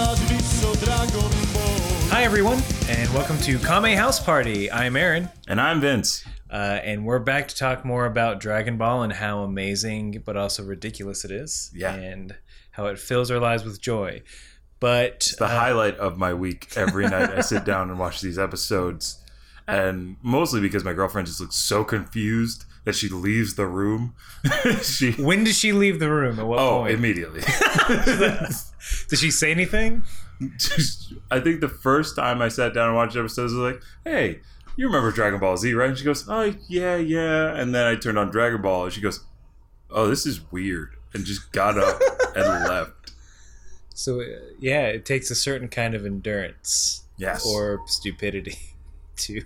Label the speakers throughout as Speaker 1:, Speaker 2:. Speaker 1: so Dragon Ball.
Speaker 2: Hi, everyone, and welcome to Kame House Party. I'm Aaron,
Speaker 3: And I'm Vince.
Speaker 2: uh, and we're back to talk more about Dragon Ball and how amazing but also ridiculous it is,
Speaker 3: Yeah.
Speaker 2: and how it fills our lives with joy. But
Speaker 3: It's the
Speaker 2: uh,
Speaker 3: highlight of my week. Every night I sit down and watch these episodes.
Speaker 2: Uh,
Speaker 3: And mostly because my girlfriend just looks so confused that she leaves the room. she
Speaker 2: when did she leave the room? At what
Speaker 3: Oh,
Speaker 2: point?
Speaker 3: immediately.
Speaker 2: did she say anything?
Speaker 3: Just- I think the first time I sat down and watched episodes I was like, "Hey, you remember Dragon Ball Z, right?" And she goes, "Oh, yeah, yeah." And then I turned on Dragon Ball and she goes, "Oh, this is weird." And just got up and left.
Speaker 2: So, uh, yeah, it takes a certain kind of endurance
Speaker 3: Yes.
Speaker 2: or stupidity to.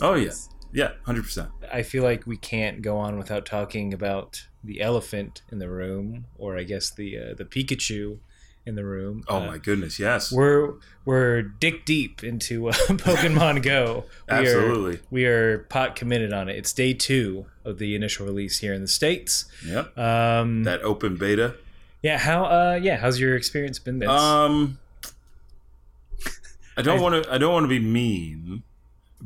Speaker 3: Oh, yeah. Yeah, 100%.
Speaker 2: I feel like we can't go on without talking about the elephant in the room, or I guess the uh, the Pikachu in the room.
Speaker 3: Oh
Speaker 2: Uh,
Speaker 3: my goodness, yes.
Speaker 2: We're we're dick deep into uh, Pokemon Go. We Are,
Speaker 3: Absolutely.
Speaker 2: we are pot committed on it. It's day two of the initial release here in the states.
Speaker 3: Yep.
Speaker 2: Um,
Speaker 3: that open beta.
Speaker 2: yeah. How? Uh, yeah. How's your experience been? This.
Speaker 3: Um, I
Speaker 2: I-
Speaker 3: don't want to. I don't want to be mean,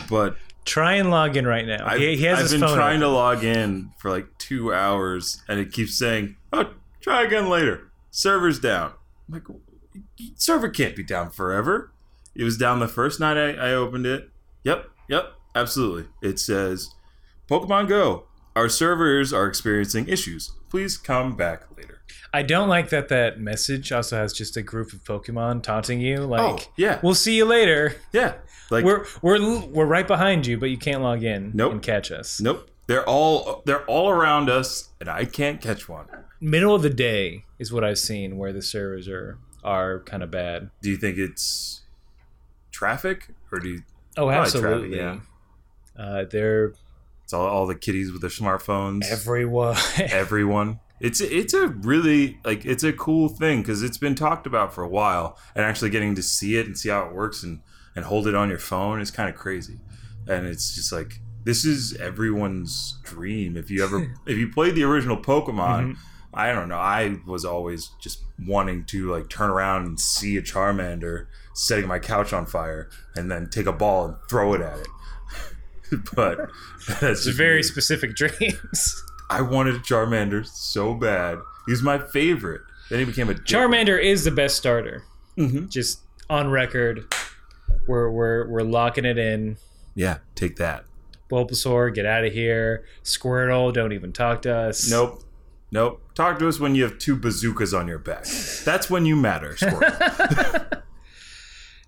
Speaker 3: but
Speaker 2: Try and log in right now.
Speaker 3: I've,
Speaker 2: he, he has
Speaker 3: I've
Speaker 2: his
Speaker 3: been
Speaker 2: phone.
Speaker 3: trying to
Speaker 2: open.
Speaker 3: log in for like two hours, and it keeps saying, "Oh, try again later. Server's down." I'm like, server can't be down forever. It was down the first night I, I opened it. Yep, yep, absolutely. It says, "Pokemon Go, our servers are experiencing issues. Please come back later."
Speaker 2: I don't like that. That message also has just a group of Pokemon taunting you. Like,
Speaker 3: oh, yeah,
Speaker 2: we'll see you later.
Speaker 3: yeah. Like
Speaker 2: we're we're l- we're right behind you, but you can't log in
Speaker 3: Nope.
Speaker 2: and catch us.
Speaker 3: Nope. They're all they're all around us, and I can't catch one.
Speaker 2: Middle of the day is what I've seen where the servers are are kind of bad.
Speaker 3: Do you think it's traffic, or do you,
Speaker 2: Oh,
Speaker 3: Probably traffic,
Speaker 2: absolutely.
Speaker 3: yeah.
Speaker 2: Uh, they're
Speaker 3: it's all, all the kiddies with their smartphones?
Speaker 2: everyone.
Speaker 3: everyone. It's it's a really like it's a cool thing because it's been talked about for a while, and actually getting to see it and see how it works and and hold it on your phone is kind of crazy, and it's just like this is everyone's dream. If you ever if you played the original Pokemon,
Speaker 2: Mm-hmm.
Speaker 3: I don't know, I was always just wanting to like turn around and see a Charmander setting my couch on fire, and then take a ball and throw it at it. but that's
Speaker 2: it's
Speaker 3: just
Speaker 2: very
Speaker 3: me.
Speaker 2: specific dreams.
Speaker 3: I wanted Charmander so bad. He's my favorite. Then he became a
Speaker 2: Charmander is the best starter.
Speaker 3: Mm-hmm.
Speaker 2: Just on record, we're we're we're locking it in.
Speaker 3: Yeah, take that.
Speaker 2: Bulbasaur, get out of here. Squirtle, don't even talk to us.
Speaker 3: Nope, nope. Talk to us when you have two bazookas on your back. That's when you matter, Squirtle.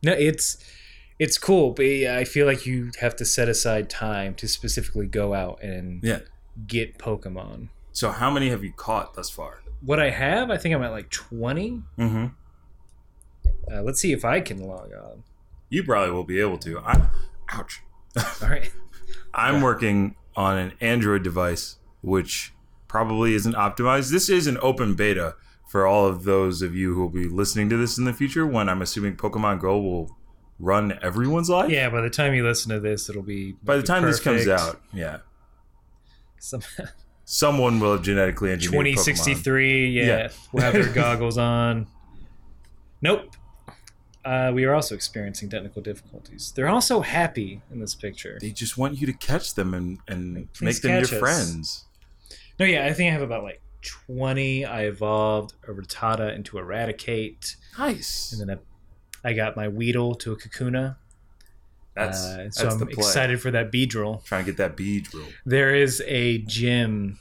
Speaker 2: No, it's it's cool, but I feel like you have to set aside time to specifically go out and
Speaker 3: yeah.
Speaker 2: get Pokemon.
Speaker 3: So how many have you caught thus far?
Speaker 2: What I have, I think I'm at like 20.
Speaker 3: Mm-hmm.
Speaker 2: Uh, let's see if I can log on.
Speaker 3: You probably will be able to. I, ouch.
Speaker 2: All right.
Speaker 3: I'm working on an Android device, which probably isn't optimized. This is an open beta for all of those of you who will be listening to this in the future when I'm assuming Pokemon Go will run everyone's life.
Speaker 2: Yeah, by the time you listen to this, it'll be.
Speaker 3: By the time this comes
Speaker 2: perfect.
Speaker 3: out, yeah,
Speaker 2: Some,
Speaker 3: someone will have genetically engineered
Speaker 2: 2063, yeah,
Speaker 3: Yeah.
Speaker 2: We'll have their goggles on. Nope. Uh, we are also experiencing technical difficulties. They're also happy in this picture.
Speaker 3: Pokemon. They just want you to catch them and, and
Speaker 2: Please
Speaker 3: make them your
Speaker 2: catch us.
Speaker 3: friends.
Speaker 2: No, yeah, I think I have about like 20. I evolved a Rattata into Eradicate,
Speaker 3: Nice.
Speaker 2: and then I, I got my Weedle to a Kakuna.
Speaker 3: That's,
Speaker 2: uh,
Speaker 3: that's
Speaker 2: so I'm
Speaker 3: the play.
Speaker 2: excited for that Beedrill.
Speaker 3: Trying to get that bead rule.
Speaker 2: There is a gym.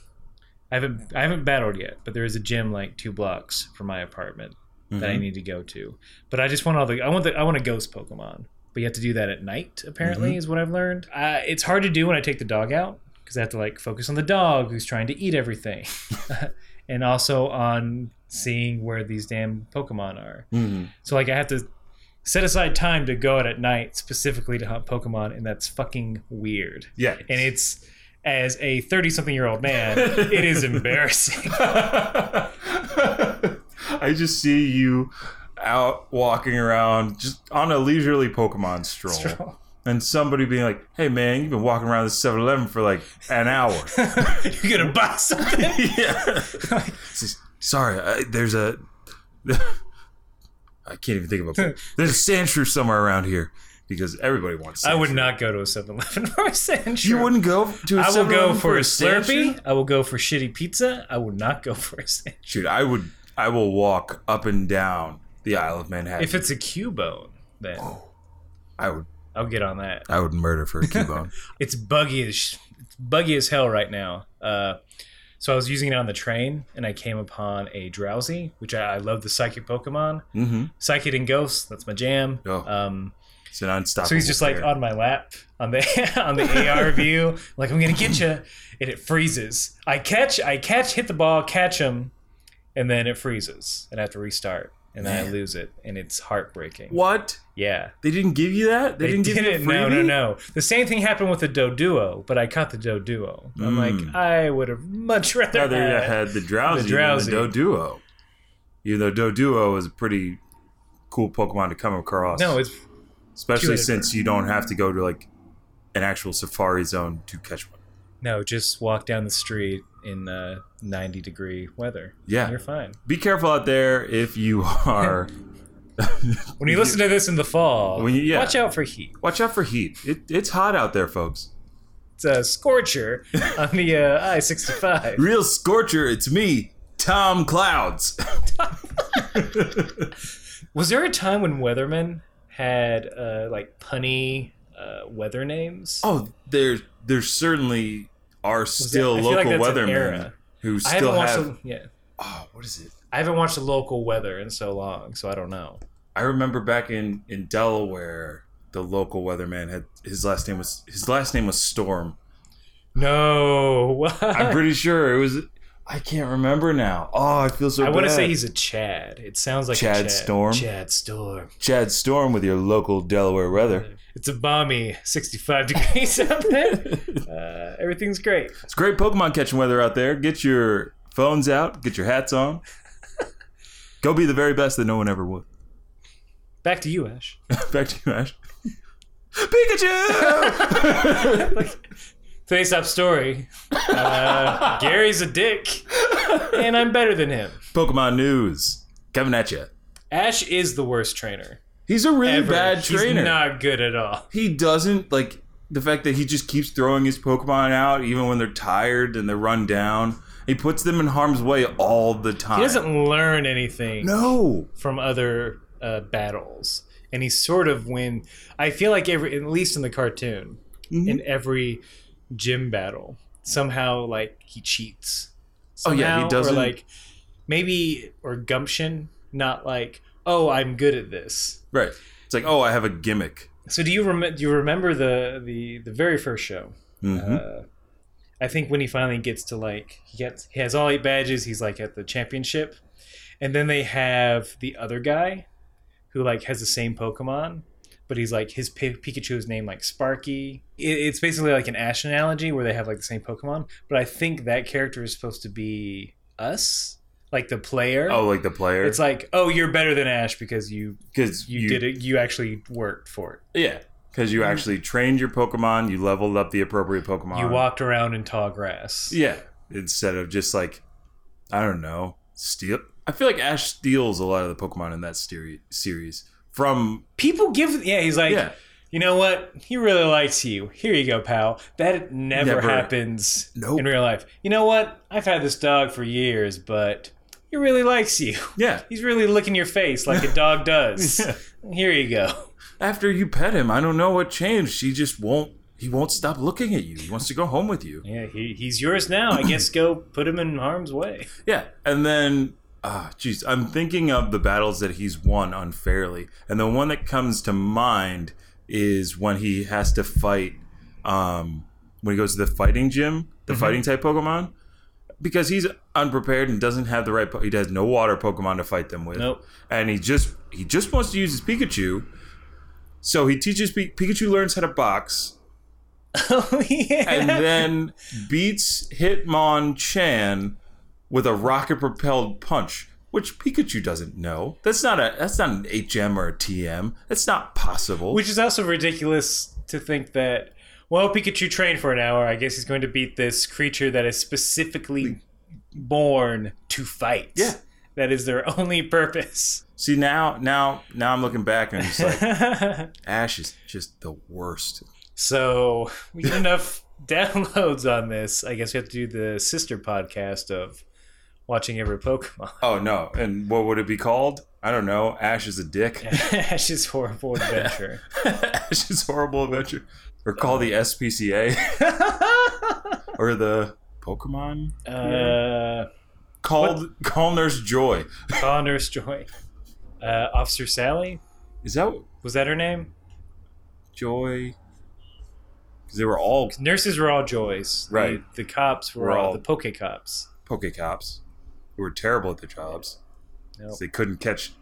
Speaker 2: I haven't I haven't battled yet, but there is a gym like two blocks from my apartment that I
Speaker 3: Mhm.
Speaker 2: need to go to. But I just want all the I want the I want a ghost Pokemon. But you have to do that at night, apparently, is what I've learned. Uh, it's hard to do when I take the dog out because I have to like focus on the dog who's trying to eat everything, and also on seeing where these damn Pokemon are.
Speaker 3: Mhm.
Speaker 2: So like I have to set aside time to go out at night specifically to hunt Pokemon, and that's fucking weird.
Speaker 3: Yeah.
Speaker 2: And it's as a thirty-something-year-old man, it is embarrassing.
Speaker 3: I just see you out walking around just on a leisurely Pokemon stroll, and somebody being like, "Hey man, you've been walking around the 7-Eleven for like an hour."
Speaker 2: You're gonna buy something.
Speaker 3: yeah. It's just, Sorry, I, there's a. I can't even think of a. place. There's a sand shrew somewhere around here because everybody wants.
Speaker 2: I
Speaker 3: sand
Speaker 2: would
Speaker 3: shrew.
Speaker 2: not go to a 7-Eleven for a sand
Speaker 3: You
Speaker 2: shrew.
Speaker 3: wouldn't go to. I
Speaker 2: I will go for a Slurpee. I will go for shitty pizza. I will not go for a sand.
Speaker 3: Shoot, I would. I will walk up and down the Isle of Manhattan.
Speaker 2: If it's a Cubone, then
Speaker 3: I would.
Speaker 2: I'll get on that.
Speaker 3: I would murder for a Cubone.
Speaker 2: It's buggy as sh- it's buggy as hell right now. Uh, so I was using it on the train, and I came upon a Drowsy, which I, I love the psychic Pokemon.
Speaker 3: mm-hmm.
Speaker 2: Psychic and Ghosts, that's my jam.
Speaker 3: Oh.
Speaker 2: Um,
Speaker 3: It's an unstoppable.
Speaker 2: so he's just like
Speaker 3: pair.
Speaker 2: on my lap on the on the AR view, like I'm gonna get you, and it freezes. I catch, I catch, hit the ball, catch him, and then it freezes, and I have to restart, and then I
Speaker 3: Man.
Speaker 2: lose it, and it's heartbreaking.
Speaker 3: What?
Speaker 2: Yeah.
Speaker 3: They didn't give you that? They,
Speaker 2: They
Speaker 3: didn't give you a
Speaker 2: didn't. No, no,
Speaker 3: freebie?
Speaker 2: no. The same thing happened with the Doduo, but I caught the Doduo.
Speaker 3: Mm.
Speaker 2: I'm like, I would have much rather
Speaker 3: Rather
Speaker 2: had.
Speaker 3: I had the drowsy,
Speaker 2: The
Speaker 3: drowsy.
Speaker 2: Drowsy.
Speaker 3: than the Doduo. Even though Doduo is a pretty cool Pokemon to come across.
Speaker 2: No, it's
Speaker 3: especially
Speaker 2: cute.
Speaker 3: since you don't have to go to like an actual safari zone to catch one.
Speaker 2: no. Just walk down the street in uh, 90 degree weather.
Speaker 3: Yeah.
Speaker 2: you're fine.
Speaker 3: Be careful out there if you are.
Speaker 2: When you listen to this in the fall,
Speaker 3: When you- yeah.
Speaker 2: watch out for heat.
Speaker 3: Watch out for heat. It, it's hot out there, folks.
Speaker 2: It's a uh, scorcher on the uh, I-65.
Speaker 3: Real scorcher. It's me, Tom Clouds.
Speaker 2: Was there a time when weathermen had uh, like punny uh, weather names?
Speaker 3: oh, there, there certainly are still
Speaker 2: I feel like
Speaker 3: local
Speaker 2: that's an
Speaker 3: weathermen
Speaker 2: era.
Speaker 3: who
Speaker 2: I
Speaker 3: still
Speaker 2: haven't watched.
Speaker 3: have.
Speaker 2: the- yeah,
Speaker 3: oh, what is it?
Speaker 2: I haven't watched the local weather in so long, so I don't know.
Speaker 3: I remember back in in Delaware, the local weatherman had his last name was his last name was Storm.
Speaker 2: No.
Speaker 3: I'm pretty sure it was. I can't remember now. Oh, I feel so.
Speaker 2: I want to
Speaker 3: bad.
Speaker 2: say he's a Chad. It sounds like a
Speaker 3: Chad Storm?
Speaker 2: Chad Storm.
Speaker 3: Chad Storm with your local Delaware weather.
Speaker 2: It's a balmy 65 degrees out there. Uh, everything's great.
Speaker 3: It's great Pokemon catching weather out there. Get your phones out. Get your hats on. Go be the very best that no one ever would.
Speaker 2: Back to you, Ash.
Speaker 3: Back to you, Ash. Pikachu.
Speaker 2: Today's top story. Uh, Gary's a dick, and I'm better than him.
Speaker 3: Pokemon news coming at you.
Speaker 2: Ash is the worst trainer.
Speaker 3: He's a really
Speaker 2: Ever.
Speaker 3: bad trainer.
Speaker 2: He's not good at all.
Speaker 3: he doesn't like the fact that he just keeps throwing his Pokemon out even when they're tired and they're run down. He puts them in harm's way all the time.
Speaker 2: He doesn't learn anything.
Speaker 3: No.
Speaker 2: from other uh, battles, and he's sort of when I feel like every, at least in the cartoon,
Speaker 3: Mm-hmm.
Speaker 2: in every gym battle, somehow like he cheats.
Speaker 3: Oh, yeah, he
Speaker 2: Somehow,
Speaker 3: doesn't-
Speaker 2: Or like maybe or gumption, not like oh I'm good at this.
Speaker 3: Right. It's like, oh, I have a gimmick.
Speaker 2: So do you rem- do you remember the the the very first show?
Speaker 3: Mhm.
Speaker 2: Uh, I think when he finally gets to like he gets he has all eight badges. He's like at the championship, and then they have the other guy who like has the same Pokemon, but he's like his P- Pikachu is named like Sparky. It, it's basically like an Ash analogy where they have like the same Pokemon, but I think that character is supposed to be us, like the player.
Speaker 3: oh, like the player.
Speaker 2: It's like, oh, you're better than Ash because you,
Speaker 3: because
Speaker 2: you did it. You actually worked for it.
Speaker 3: Yeah. Because you actually trained your Pokemon, you leveled up the appropriate Pokemon.
Speaker 2: You walked around in tall grass.
Speaker 3: Yeah. Instead of just like, I don't know, steal. I feel like Ash steals a lot of the Pokemon in that steri- series from.
Speaker 2: People give yeah, he's like,
Speaker 3: yeah.
Speaker 2: you know what? He really likes you. Here you go, pal. That never,
Speaker 3: Never.
Speaker 2: happens
Speaker 3: Nope.
Speaker 2: in real life. You know what? I've had this dog for years, but he really likes you.
Speaker 3: Yeah.
Speaker 2: He's really licking your face like a dog does.
Speaker 3: Yeah.
Speaker 2: Here you go.
Speaker 3: after you pet him, I don't know what changed. He just won't. He won't stop looking at you. He wants to go home with you.
Speaker 2: Yeah, he, he's yours now. I guess go put him in harm's way.
Speaker 3: Yeah, and then ah, jeez, I'm thinking of the battles that he's won unfairly, and the one that comes to mind is when he has to fight. Um, when he goes to the fighting gym, the fighting type Pokemon, because he's unprepared and doesn't have the right. Po- he has no water Pokemon to fight them with.
Speaker 2: Nope.
Speaker 3: and he just he just wants to use his Pikachu. So he teaches Pi- Pikachu learns how to box,
Speaker 2: oh yeah.
Speaker 3: and then beats Hitmonchan with a rocket propelled punch, which Pikachu doesn't know. That's not a that's not an HM or a TM. That's not possible.
Speaker 2: Which is also ridiculous to think that, well, Pikachu trained for an hour. I guess he's going to beat this creature that is specifically born to fight.
Speaker 3: Yeah.
Speaker 2: That is their only purpose.
Speaker 3: See now, now, now I'm looking back and I'm just like, Ash is just the worst.
Speaker 2: so we get enough downloads on this. I guess we have to do the sister podcast of watching every Pokemon.
Speaker 3: Oh no! And what would it be called? I don't know. Ash is a dick.
Speaker 2: Ash's horrible adventure.
Speaker 3: Ash is horrible adventure. Or call the SPCA or the Pokemon.
Speaker 2: uh,
Speaker 3: Called call Nurse Joy.
Speaker 2: Call Nurse Joy. Uh, Officer Sally?
Speaker 3: Is that what-
Speaker 2: Was that her name?
Speaker 3: Joy? Because they were all
Speaker 2: Nurses were all joys. The-
Speaker 3: Right.
Speaker 2: The, cops were
Speaker 3: Were
Speaker 2: all,
Speaker 3: all-
Speaker 2: the Poke cops.
Speaker 3: Poke cops who were terrible at their jobs.
Speaker 2: Nope.
Speaker 3: They couldn't catch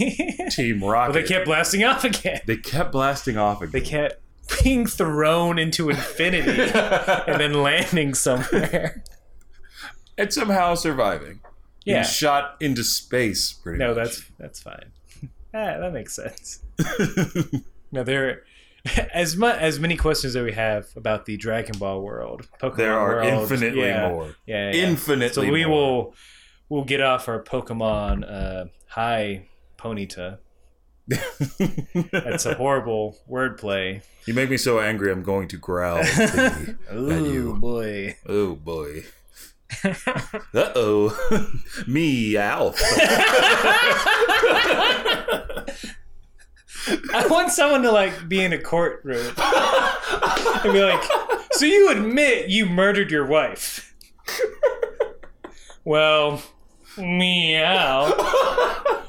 Speaker 2: well,
Speaker 3: Team Rocket.
Speaker 2: they kept blasting off again.
Speaker 3: They kept blasting off
Speaker 2: They
Speaker 3: again.
Speaker 2: kept being thrown into infinity and then landing somewhere.
Speaker 3: and somehow surviving. Being
Speaker 2: Yeah.
Speaker 3: shot into space, pretty
Speaker 2: No,
Speaker 3: much.
Speaker 2: that's that's fine. Ah, that makes sense. No, there as much as many questions that we have about the Dragon Ball world, Pokemon
Speaker 3: there are
Speaker 2: world,
Speaker 3: infinitely
Speaker 2: yeah,
Speaker 3: more.
Speaker 2: Yeah, yeah.
Speaker 3: Infinitely
Speaker 2: So we
Speaker 3: more.
Speaker 2: will we'll get off our Pokemon uh, high Ponyta. That's a horrible wordplay.
Speaker 3: You make me so angry, I'm going to growl. you.
Speaker 2: Ooh boy.
Speaker 3: oh boy. Uh oh. me out.
Speaker 2: I want someone to like be in a courtroom and be like, "So you admit you murdered your wife?" well, meow.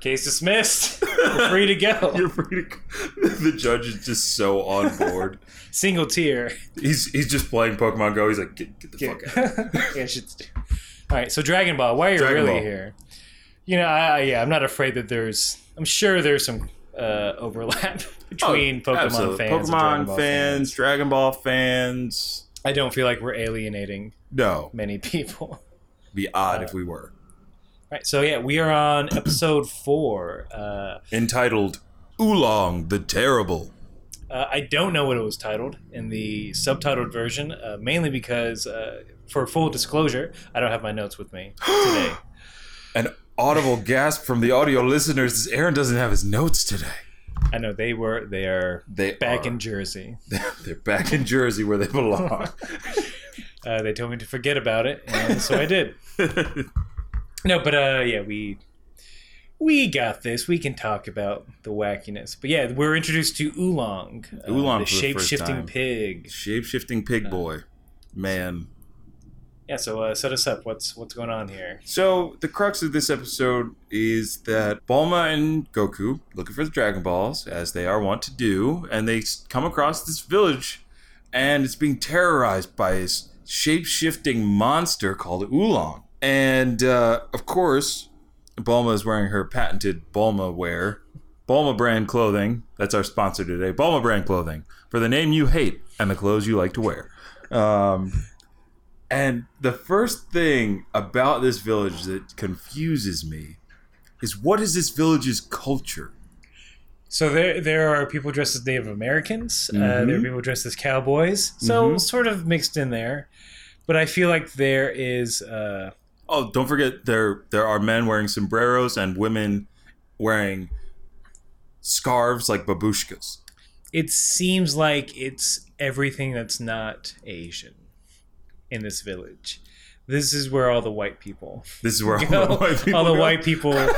Speaker 2: Case dismissed. You're free to go.
Speaker 3: You're free to. The judge is just so on board.
Speaker 2: Single tear.
Speaker 3: He's he's just playing Pokemon Go. He's like, get, get the fuck out.
Speaker 2: yeah, shit's. All right, so Dragon Ball. Why are you
Speaker 3: Dragon
Speaker 2: really
Speaker 3: Ball.
Speaker 2: here? You know, I, I- yeah, I'm not afraid that there's. I'm sure there's some uh, overlap between Pokemon
Speaker 3: Oh, Absolutely.
Speaker 2: fans. and Dragon
Speaker 3: Pokemon
Speaker 2: Ball
Speaker 3: fans, Dragon Ball fans.
Speaker 2: I don't feel like we're alienating
Speaker 3: No,
Speaker 2: many people.
Speaker 3: be odd if we were
Speaker 2: Right, so yeah, we are on episode four. Uh,
Speaker 3: entitled Oolong the Terrible.
Speaker 2: uh, I don't know what it was titled in the subtitled version, uh, mainly because, uh, for full disclosure, I don't have my notes with me today.
Speaker 3: An audible gasp from the audio listeners. is Aaron doesn't have his notes today.
Speaker 2: I know they were they are
Speaker 3: They
Speaker 2: back
Speaker 3: are-
Speaker 2: in Jersey.
Speaker 3: They're back in Jersey where they belong.
Speaker 2: Uh, they told me to forget about it, and so I did. No, but uh, yeah, we we got this. We can talk about the wackiness. But yeah, we're introduced to Oolong, uh,
Speaker 3: Oolong
Speaker 2: the
Speaker 3: for the
Speaker 2: shape
Speaker 3: first
Speaker 2: shifting
Speaker 3: time.
Speaker 2: pig.
Speaker 3: Shape shifting pig boy, man.
Speaker 2: Yeah, so uh, set us up. What's what's going on here?
Speaker 3: So the crux of this episode is that Bulma and Goku looking for the Dragon Balls as they are wont to do, and they s- come across this village, and it's being terrorized by this shape-shifting monster called Oolong. And uh, of course, Bulma is wearing her patented Bulma wear, Bulma brand clothing. That's our sponsor today, Bulma brand clothing for the name you hate and the clothes you like to wear. Um, and the first thing about this village that confuses me is what is this village's culture?
Speaker 2: So there, there are people dressed as Native Americans. Uh, there are
Speaker 3: Mhm.
Speaker 2: people dressed as cowboys. So
Speaker 3: Mhm.
Speaker 2: sort of mixed in there, but I feel like there is. Uh,
Speaker 3: Oh, don't forget there there are men wearing sombreros and women wearing scarves like babushkas.
Speaker 2: it seems like it's everything that's not Asian in this village. This is where all the white people,
Speaker 3: This is where all
Speaker 2: go.
Speaker 3: the white people
Speaker 2: all the
Speaker 3: go.
Speaker 2: white people,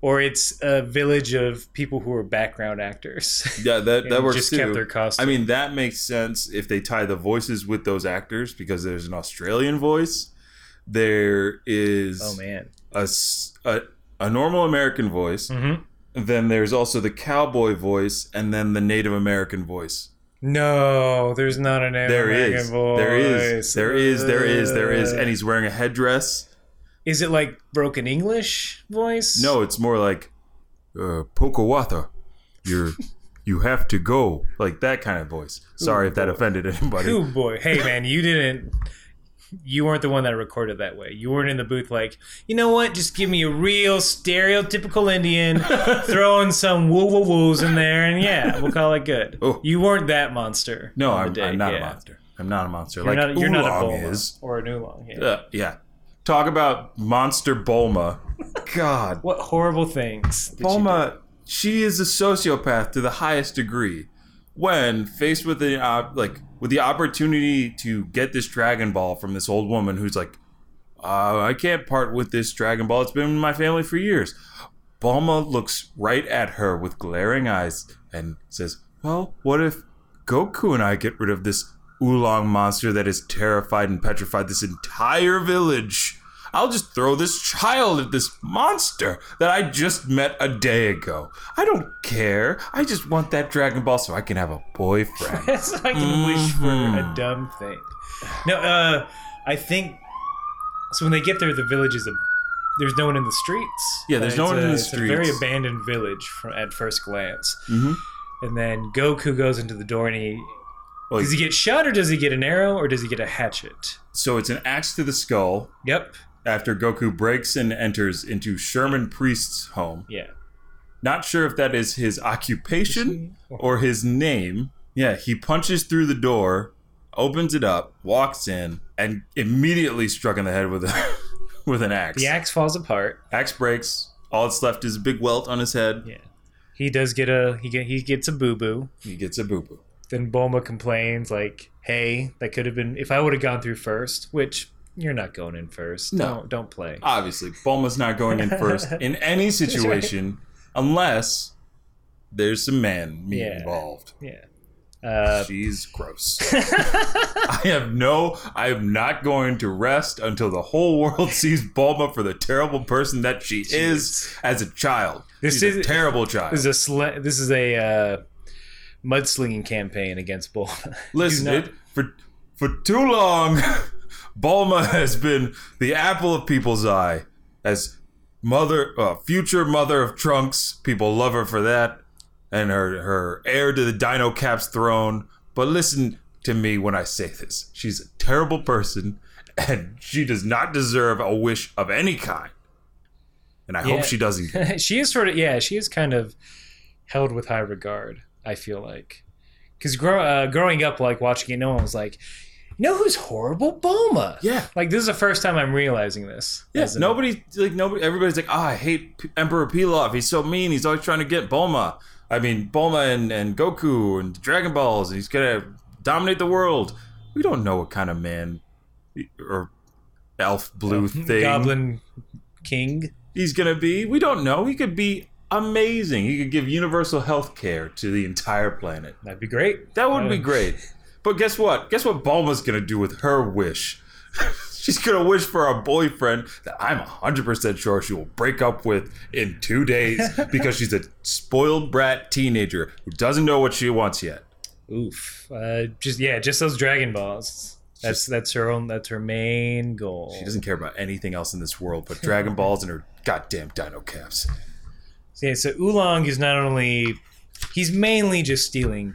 Speaker 2: or it's a village of people who are background actors.
Speaker 3: Yeah, that that
Speaker 2: and
Speaker 3: works
Speaker 2: just
Speaker 3: too.
Speaker 2: kept their
Speaker 3: I
Speaker 2: costume.
Speaker 3: mean, that makes sense if they tie the voices with those actors because there's an Australian voice. There is
Speaker 2: oh man.
Speaker 3: a s- a- a normal American voice.
Speaker 2: Mm-hmm.
Speaker 3: then there's also the cowboy voice and then the Native American voice.
Speaker 2: No, there's not an Native
Speaker 3: There
Speaker 2: American
Speaker 3: is,
Speaker 2: voice.
Speaker 3: there is, there is, there is, there is,
Speaker 2: Uh,
Speaker 3: and he's wearing a headdress.
Speaker 2: Is it like broken English voice?
Speaker 3: No, it's more like uh, Pocawatha. You're, you have to go, like that kind of voice. Sorry if that offended anybody.
Speaker 2: Oh boy. Hey man, you didn't. You weren't the one that recorded that way. You weren't in the booth like, you know what? Just give me a real stereotypical Indian, throw in some woo woo woos in there, and yeah, we'll call it good.
Speaker 3: Oh.
Speaker 2: You weren't that monster.
Speaker 3: No,
Speaker 2: on the
Speaker 3: I'm,
Speaker 2: day,
Speaker 3: I'm not
Speaker 2: yeah.
Speaker 3: a monster. I'm not a monster.
Speaker 2: You're
Speaker 3: like
Speaker 2: not, you're not a
Speaker 3: Oolong
Speaker 2: Bulma
Speaker 3: is.
Speaker 2: or an oolong. Yeah.
Speaker 3: Uh, yeah, Talk about monster Bulma. God,
Speaker 2: What horrible things.
Speaker 3: Bulma, she is a sociopath to the highest degree. When faced with the op- like with the opportunity to get this Dragon Ball from this old woman who's like, uh, I can't part with this Dragon Ball. It's been in my family for years. Bulma looks right at her with glaring eyes and says, "Well, what if Goku and I get rid of this oolong monster that has terrified and petrified this entire village? I'll just throw this child at this monster that I just met a day ago. I don't care. I just want that Dragon Ball so I can have a boyfriend."
Speaker 2: That's I can wish for
Speaker 3: Mm-hmm.
Speaker 2: a dumb thing. No, uh, I think so. When they get there, the village is a there's no one in the streets.
Speaker 3: Yeah, there's
Speaker 2: Uh,
Speaker 3: no
Speaker 2: it's
Speaker 3: one in
Speaker 2: a-
Speaker 3: the
Speaker 2: It's a very
Speaker 3: streets.
Speaker 2: abandoned village from, at first glance.
Speaker 3: Mhm.
Speaker 2: And then Goku goes into the door and he
Speaker 3: Well,
Speaker 2: does he get shot or does he get an arrow or does he get a hatchet?
Speaker 3: so it's an axe to the skull
Speaker 2: Yep.
Speaker 3: after Goku breaks and enters into Sherman Priest's home.
Speaker 2: Yeah.
Speaker 3: Not sure if that is his occupation or his name. Yeah, he punches through the door, opens it up, walks in, and immediately struck in the head with a with an axe.
Speaker 2: The axe falls apart.
Speaker 3: Axe breaks. All that's left is a big welt on his head.
Speaker 2: Yeah. He does get a he get he gets a boo boo.
Speaker 3: He gets a boo boo.
Speaker 2: Then Bulma complains like, "Hey, that could have been if I would have gone through first, which you're not going in first.
Speaker 3: No. Uh,
Speaker 2: Don't don't play.
Speaker 3: Obviously, Bulma's not going in first in any situation unless there's some man meat
Speaker 2: Yeah.
Speaker 3: involved.
Speaker 2: Yeah. Uh,
Speaker 3: She's gross. I have no. I am not going to rest until the whole world sees Bulma for the terrible person that she is as a child.
Speaker 2: This
Speaker 3: She's a
Speaker 2: is-
Speaker 3: terrible child.
Speaker 2: this is a sl- this is a uh, mudslinging campaign against Bulma.
Speaker 3: Listen,
Speaker 2: do not-
Speaker 3: it, for for too long, Bulma has been the apple of people's eye. As mother, uh, future mother of Trunks, people love her for that, and her her heir to the Dino Cap's throne. But listen to me when I say this: she's a terrible person, and she does not deserve a wish of any kind. And I
Speaker 2: Yeah.
Speaker 3: hope she doesn't. get it.
Speaker 2: she is sort of yeah, she is kind of held with high regard. I feel like because grow, uh, growing up, like watching it, no one was like, you know who's horrible, Bulma.
Speaker 3: Yeah.
Speaker 2: Like this is the first time I'm realizing this.
Speaker 3: Yes,
Speaker 2: as an-
Speaker 3: nobody like nobody. Everybody's like, ah, I hate P- Emperor Pilaf. He's so mean. He's always trying to get Bulma. I mean, Bulma and, and Goku and Dragon Balls, and he's gonna dominate the world. We don't know what kind of man or elf blue thing
Speaker 2: Goblin King.
Speaker 3: he's gonna be. We don't know. He could be amazing. He could give universal health care to the entire planet.
Speaker 2: That'd be great.
Speaker 3: That would be
Speaker 2: Um,
Speaker 3: great. But guess what? Guess what Bulma's gonna do with her wish? She's gonna wish for a boyfriend that I'm 100% sure she will break up with in two days because she's a spoiled brat teenager who doesn't know what she wants yet.
Speaker 2: Oof. Uh, just yeah, just those Dragon Balls. That's that's her own. That's her main goal.
Speaker 3: She doesn't care about anything else in this world but Dragon Balls and her goddamn dino caps.
Speaker 2: Yeah, so Oolong is not only he's mainly just stealing.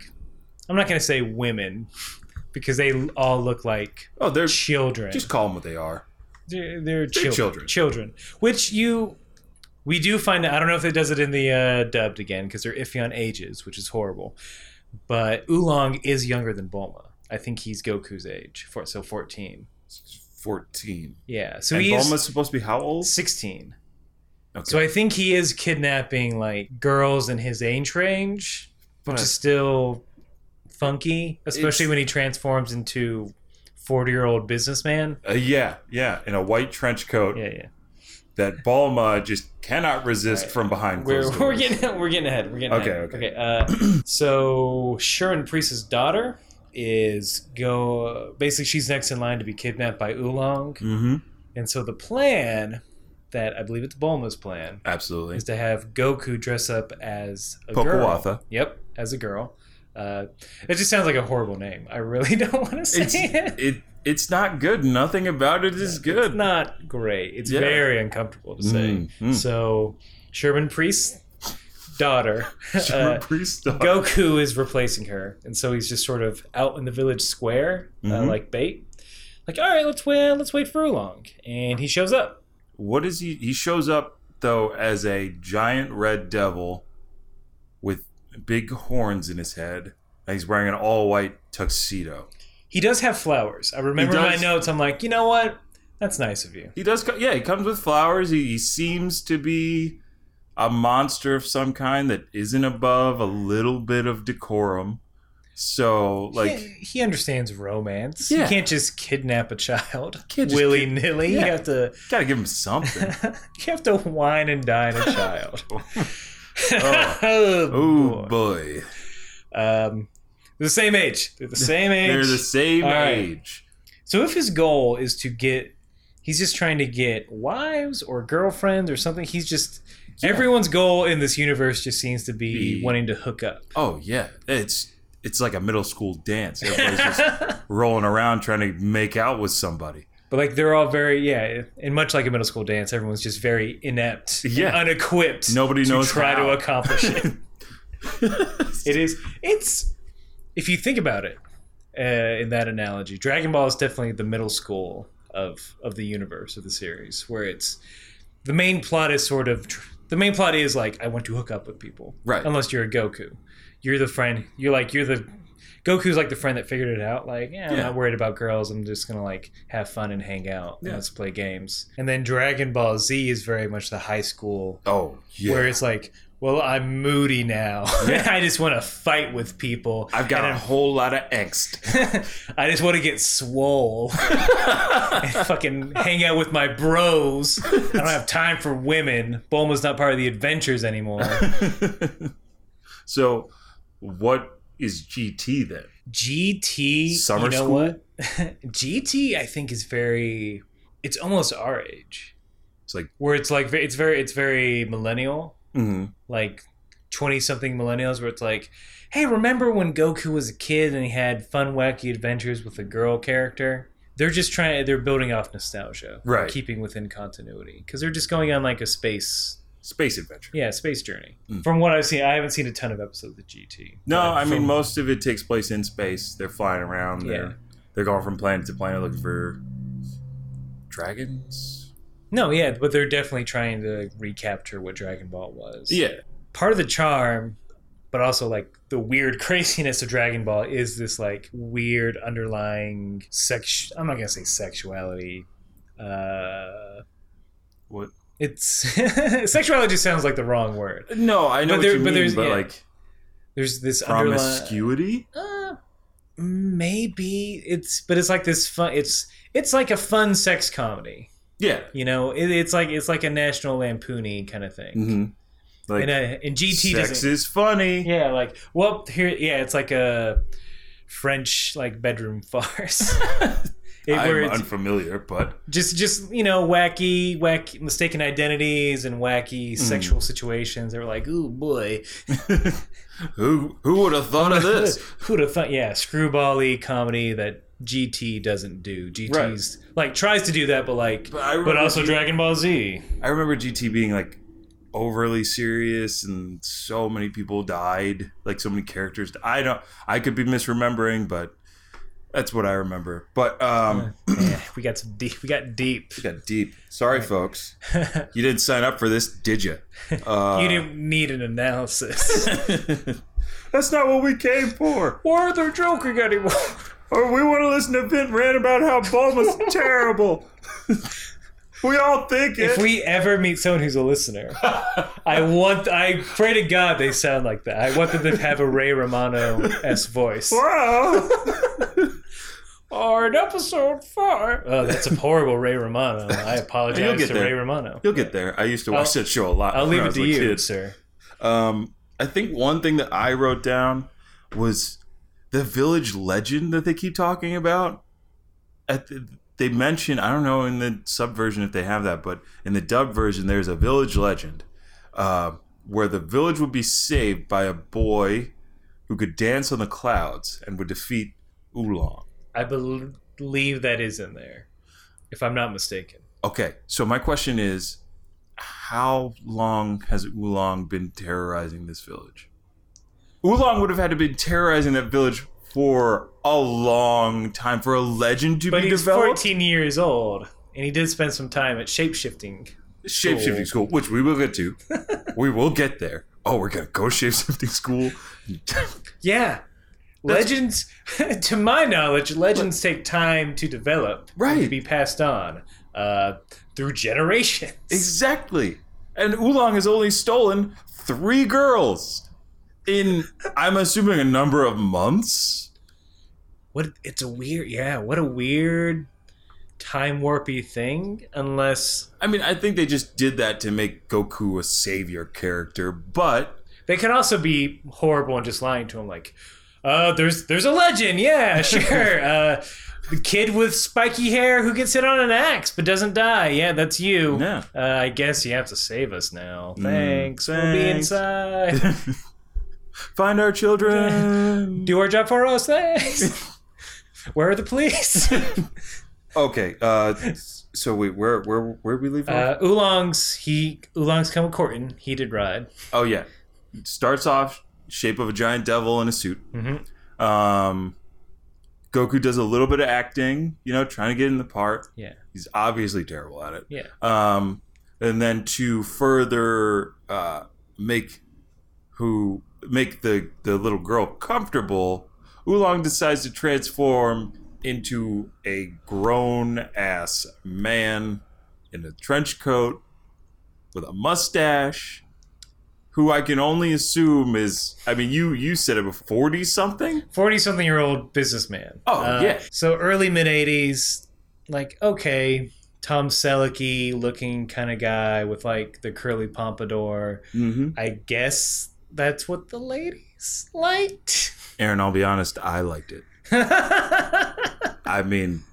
Speaker 2: I'm not gonna say women because they all look like
Speaker 3: Oh, they're
Speaker 2: children.
Speaker 3: just call them what they are.
Speaker 2: they're, they're children,
Speaker 3: children.
Speaker 2: children. which you we do find. I don't know if it does it in the uh, dubbed again because they're iffy on ages, which is horrible. But Oolong is younger than Bulma. I think he's Goku's age, for, so 14.
Speaker 3: 14.
Speaker 2: Yeah, so
Speaker 3: And
Speaker 2: he's
Speaker 3: Bulma's supposed to be how old?
Speaker 2: 16.
Speaker 3: Okay.
Speaker 2: So I think he is kidnapping like girls in his age range, which is still funky, especially
Speaker 3: It's-
Speaker 2: when he transforms into forty-year-old businessman.
Speaker 3: Uh, yeah, yeah, in a white trench coat
Speaker 2: Yeah, yeah.
Speaker 3: that Bulma just cannot resist
Speaker 2: Right.
Speaker 3: from behind
Speaker 2: We're,
Speaker 3: closed doors.
Speaker 2: we're getting we're getting ahead. We're getting
Speaker 3: Okay,
Speaker 2: ahead.
Speaker 3: okay.
Speaker 2: Uh, so Sherman Priest's daughter is go basically she's next in line to be kidnapped by Oolong,
Speaker 3: Mm-hmm.
Speaker 2: and so the plan that I believe it's Bulma's plan
Speaker 3: Absolutely.
Speaker 2: is to have Goku dress up as a
Speaker 3: Pocawatha.
Speaker 2: girl. Yep, as a girl. Uh, it just sounds like a horrible name. I really don't want to say
Speaker 3: It's
Speaker 2: it.
Speaker 3: it it's not good. Nothing about it is good.
Speaker 2: It's not great. It's
Speaker 3: Yeah.
Speaker 2: very uncomfortable to say.
Speaker 3: Mm, mm.
Speaker 2: So, Sherman Priest's daughter,
Speaker 3: Sure,
Speaker 2: uh,
Speaker 3: priest dog.
Speaker 2: Goku is replacing her, and so he's just sort of out in the village square, uh,
Speaker 3: Mhm.
Speaker 2: like bait. Like, all right, let's wait. Let's wait for Oolong, and he shows up.
Speaker 3: What is he? He shows up though as a giant red devil with big horns in his head. And he's wearing an all white tuxedo.
Speaker 2: He does have flowers. I remember in my
Speaker 3: does.
Speaker 2: notes. I'm like, you know what? That's nice of you.
Speaker 3: He does. co- Yeah, he comes with flowers. He, he seems to be a monster of some kind that isn't above a little bit of decorum. So, like,
Speaker 2: he, he understands romance. You
Speaker 3: Yeah.
Speaker 2: can't just kidnap a child
Speaker 3: Can't just
Speaker 2: willy nilly. You
Speaker 3: Yeah.
Speaker 2: have to
Speaker 3: gotta give him something.
Speaker 2: you have to wine and dine a child.
Speaker 3: Oh.
Speaker 2: Oh,
Speaker 3: oh
Speaker 2: boy.
Speaker 3: boy,
Speaker 2: Um, they're the same age. They're the same age.
Speaker 3: they're the same
Speaker 2: All right.
Speaker 3: age.
Speaker 2: So if his goal is to get, he's just trying to get wives or girlfriends or something. He's just everyone's goal in this universe just seems to be
Speaker 3: Be-
Speaker 2: wanting to hook up.
Speaker 3: Oh yeah, it's it's like a middle school dance. Everybody's just rolling around trying to make out with somebody.
Speaker 2: But like they're all very yeah, and much like a middle school dance, everyone's just very inept, and
Speaker 3: Yeah.
Speaker 2: unequipped.
Speaker 3: Nobody
Speaker 2: to
Speaker 3: knows
Speaker 2: try to
Speaker 3: how.
Speaker 2: accomplish it. it is it's if you think about it uh, in that analogy, Dragon Ball is definitely the middle school of of the universe of the series, where it's the main plot is sort of tr- the main plot is like I want to hook up with people,
Speaker 3: Right.
Speaker 2: Unless you're a Goku, you're the friend. You're like you're the Goku's like the friend that figured it out. Like, yeah, I'm
Speaker 3: Yeah.
Speaker 2: not worried about girls. I'm just gonna like have fun and hang out. And
Speaker 3: Yeah.
Speaker 2: let's play games. And then Dragon Ball Z is very much the high school
Speaker 3: Oh yeah.
Speaker 2: where it's like, well, I'm moody now. I just want to fight with people.
Speaker 3: I've got a whole lot of angst.
Speaker 2: I just want to get swole and fucking hang out with my bros. I don't have time for women. Bulma's not part of the adventures anymore.
Speaker 3: So, what is GT then?
Speaker 2: GT
Speaker 3: Summer
Speaker 2: you know
Speaker 3: school?
Speaker 2: What? GT, I think, is very. It's almost our age,
Speaker 3: It's like
Speaker 2: where it's like it's very it's very millennial,
Speaker 3: mhm.
Speaker 2: like twenty something millennials, where it's like, hey, remember when Goku was a kid and he had fun wacky adventures with a girl character? They're just trying. They're building off nostalgia, They're
Speaker 3: Right.
Speaker 2: Keeping within continuity because they're just going on like a space,
Speaker 3: space adventure.
Speaker 2: yeah, space journey.
Speaker 3: Mm.
Speaker 2: From what I've seen, I haven't seen a ton of episodes of GT.
Speaker 3: No,
Speaker 2: But
Speaker 3: I mean
Speaker 2: from-
Speaker 3: most of it takes place in space. They're flying around. They're
Speaker 2: Yeah.
Speaker 3: they're going from planet to planet looking for dragons.
Speaker 2: No, yeah, but they're definitely trying to recapture what Dragon Ball was.
Speaker 3: Yeah,
Speaker 2: Part of the charm, but also like the weird craziness of Dragon Ball is this like weird underlying sex I'm not going to say sexuality. Uh
Speaker 3: What?
Speaker 2: it's sexuality sounds like the wrong word.
Speaker 3: No, I know
Speaker 2: But
Speaker 3: what
Speaker 2: there-
Speaker 3: you
Speaker 2: but
Speaker 3: mean,
Speaker 2: there's-
Speaker 3: but
Speaker 2: yeah.
Speaker 3: like
Speaker 2: There's this underlying
Speaker 3: promiscuity.
Speaker 2: uh, maybe it's but it's like this fun it's it's like a fun sex comedy.
Speaker 3: Yeah.
Speaker 2: You know, it, it's like it's like a National Lampoony kind of thing.
Speaker 3: hmm Like
Speaker 2: and, uh, and GT
Speaker 3: sex
Speaker 2: doesn't.
Speaker 3: is funny.
Speaker 2: Yeah, like well, here, yeah, it's like a French like bedroom farce. It- where
Speaker 3: I'm
Speaker 2: it's
Speaker 3: unfamiliar, but
Speaker 2: just just you know wacky, wacky mistaken identities and wacky
Speaker 3: Mm.
Speaker 2: sexual situations. They were like, ooh boy,
Speaker 3: who who would have thought of this?
Speaker 2: who'd have thought? Yeah, screwball-y comedy that GT doesn't do. GT's like tries to do that, but like,
Speaker 3: But I
Speaker 2: but,
Speaker 3: remember
Speaker 2: also
Speaker 3: G-
Speaker 2: Dragon Ball Z.
Speaker 3: I remember GT being like overly serious and so many people died, like so many characters. I don't I could be misremembering, but that's what I remember. But um
Speaker 2: yeah, we got some deep. We got deep.
Speaker 3: it got deep. Sorry folks. You didn't sign up for this, did you? Uh,
Speaker 2: you didn't need an analysis,
Speaker 3: that's not what we came for.
Speaker 2: or they're joking anymore.
Speaker 3: Or Oh, we want to listen to Vint rant about how Bulma's terrible. we all think it.
Speaker 2: if we ever meet someone who's a listener, I want I pray to God they sound like that. I want them to have a Ray Romano s voice.
Speaker 3: Wow.
Speaker 2: Or in episode four. Oh, that's a horrible Ray Romano. I apologize
Speaker 3: You'll
Speaker 2: to
Speaker 3: get there.
Speaker 2: Ray Romano.
Speaker 3: You'll get there. I used to watch
Speaker 2: I'll-
Speaker 3: that show a lot.
Speaker 2: I'll
Speaker 3: when
Speaker 2: leave
Speaker 3: I
Speaker 2: it
Speaker 3: was
Speaker 2: to
Speaker 3: a
Speaker 2: you,
Speaker 3: kid.
Speaker 2: sir.
Speaker 3: Um, I think one thing that I wrote down was the village legend that they keep talking about. At the, they mention, I don't know in the sub version if they have that, but in the dub version, there's a village legend uh, where the village would be saved by a boy who could dance on the clouds and would defeat Oolong.
Speaker 2: I bel- believe that is in there, if I'm not mistaken.
Speaker 3: Okay, so my question is, how long has Oolong been terrorizing this village? Oolong would have had to be terrorizing that village for a long time for a legend to
Speaker 2: But
Speaker 3: be
Speaker 2: he's
Speaker 3: developed.
Speaker 2: 14 years old, and he did spend some time at shapeshifting.
Speaker 3: Shapeshifting school, which we will get to. we will get there. Oh, we're gonna go shapeshifting school.
Speaker 2: Yeah. Legends, to my knowledge, legends take time to develop, and
Speaker 3: Right.
Speaker 2: to be passed on. uh, through generations.
Speaker 3: Exactly. And Oolong has only stolen three girls in, I'm assuming, a number of months.
Speaker 2: What it's a weird, yeah, what a weird time warpy thing. Unless
Speaker 3: I mean, I think they just did that to make Goku a savior character, but
Speaker 2: they could also be horrible and just lying to him, like, uh, there's there's a legend, yeah, sure. uh, the kid with spiky hair who gets hit on an axe but doesn't die, yeah, that's you.
Speaker 3: Yeah.
Speaker 2: Uh, I guess you have to save us now.
Speaker 3: Mm,
Speaker 2: Thanks. We'll be
Speaker 3: thanks.
Speaker 2: inside.
Speaker 3: find our children.
Speaker 2: do our job for us. Thanks. Where are the police?
Speaker 3: okay, uh, so wait, where where where we leave? off?
Speaker 2: uh, Oolong's he Oolong's come with Corton heated ride.
Speaker 3: oh yeah, starts off shape of a giant devil in a suit.
Speaker 2: Mhm.
Speaker 3: Um, Goku does a little bit of acting, you know, trying to get in the part.
Speaker 2: Yeah,
Speaker 3: He's obviously terrible at it.
Speaker 2: yeah.
Speaker 3: um, and then to further uh, make who make the the little girl comfortable, Oolong decides to transform into a grown ass man in a trench coat with a mustache. Who I can only assume is, I mean, you you said it was forty something.
Speaker 2: Forty something year old businessman. Uh,
Speaker 3: Oh, yeah.
Speaker 2: So early mid eighties, like okay, Tom Selleck looking kind of guy with like the curly pompadour.
Speaker 3: Mm-hmm.
Speaker 2: I guess that's what the ladies liked.
Speaker 3: Aaron, I'll be honest, I liked it.
Speaker 2: all,
Speaker 3: I mean,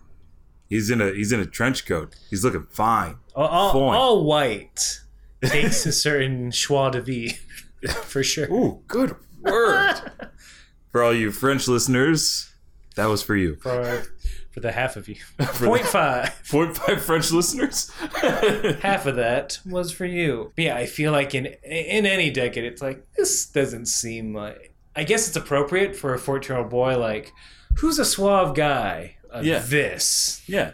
Speaker 3: he's in a he's in a trench coat. He's looking fine.
Speaker 2: all,
Speaker 3: Fine.
Speaker 2: all white takes a certain schwa de vie for sure.
Speaker 3: Ooh, good word. for all you French listeners, that was for you.
Speaker 2: for for the half of you.
Speaker 3: For
Speaker 2: Point five.
Speaker 3: the 0.5 French listeners.
Speaker 2: Half of that was for you. But yeah, I feel like in in any decade, it's like this doesn't seem like. I guess it's appropriate for a fourteen year old boy. Like, who's a suave guy? Of
Speaker 3: Yeah.
Speaker 2: This.
Speaker 3: yeah.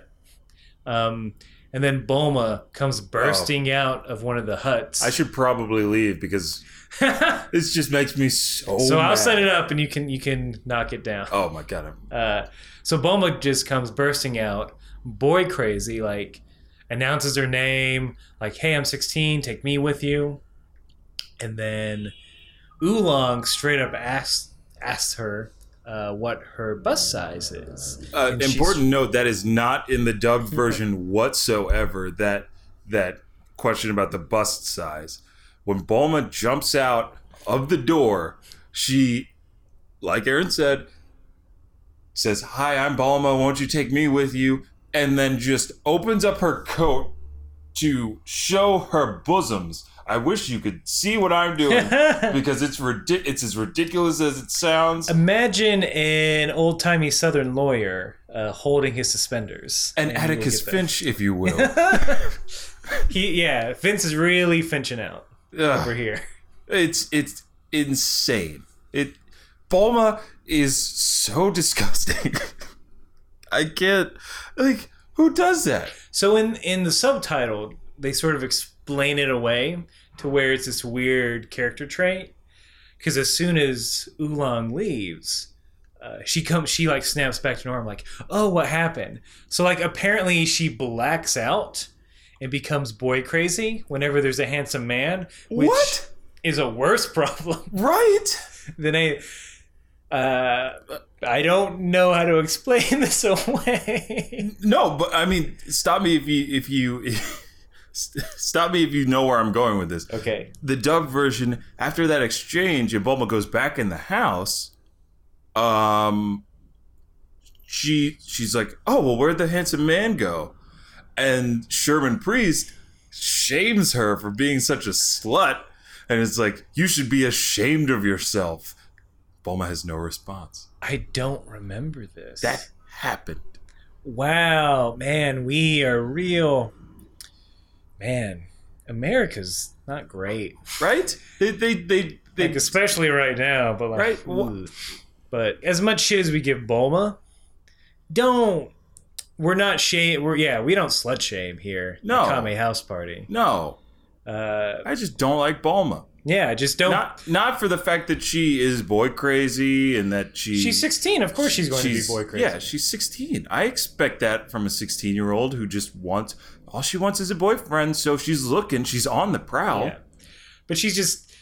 Speaker 2: Um, and then Bulma comes bursting out of one of the huts.
Speaker 3: Oh. I should probably leave because this just makes me so
Speaker 2: so I'll
Speaker 3: mad.
Speaker 2: set it up, and you can you can knock it down.
Speaker 3: Oh my god. I'm-
Speaker 2: Uh, so Bulma just comes bursting out, boy crazy, like announces her name, like, "Hey, I'm 16. Take me with you." And then Oolong straight up asks asks her uh, what her bust size is.
Speaker 3: Uh,
Speaker 2: And she's-
Speaker 3: important note that is not in the dubbed version whatsoever that that question about the bust size. When Bulma jumps out of the door, she like Aaron said says, "Hi, I'm Bulma. Won't you take me with you?" and then just opens up her coat to show her bosoms. I wish you could see what I'm doing because it's ridi- it's as ridiculous as it sounds.
Speaker 2: Imagine an old timey Southern lawyer uh, holding his suspenders.
Speaker 3: An
Speaker 2: and you will
Speaker 3: Atticus
Speaker 2: get that.
Speaker 3: Finch, if you will.
Speaker 2: He, yeah, Vince is really finching out
Speaker 3: Ugh.
Speaker 2: over here.
Speaker 3: It's it's insane. It Bulma is so disgusting. I can't like who does that?
Speaker 2: So in in the subtitle, they sort of explain it away to where it's this weird character trait. Because as soon as Oolong leaves, uh, she comes. She like snaps back to normal. Like, oh, what happened? So like apparently she blacks out and becomes boy crazy whenever there's a handsome man, which
Speaker 3: What?
Speaker 2: is a worse problem
Speaker 3: Right?
Speaker 2: than a. Uh, I don't know how to explain this away.
Speaker 3: No, but I mean, stop me if you if you stop me if you know where I'm going with this.
Speaker 2: okay.
Speaker 3: the dub version after that exchange and Bulma goes back in the house um she she's like oh well where'd the handsome man go and Sherman Priest shames her for being such a slut and it's like you should be ashamed of yourself Bulma has no response
Speaker 2: I don't remember this.
Speaker 3: that happened
Speaker 2: wow, man, we are real. Man, America's not great,
Speaker 3: right they they they, they
Speaker 2: like, especially right now. But like,
Speaker 3: Right, wha-
Speaker 2: ooh. but as much shit as we give Bulma, don't. We're not shame. We're yeah. We don't slut shame here.
Speaker 3: No.
Speaker 2: at Kame House Party.
Speaker 3: no
Speaker 2: Uh,
Speaker 3: I just don't like Bulma
Speaker 2: yeah. Just don't.
Speaker 3: not not for the fact that she is boy crazy and that she
Speaker 2: she's sixteen. Of course, she's going to be
Speaker 3: She's-
Speaker 2: boy crazy.
Speaker 3: Yeah, she's 16. I expect that from a 16 year old who just wants all she wants is a boyfriend, so if she's looking, she's on the prowl.
Speaker 2: Yeah. But she's just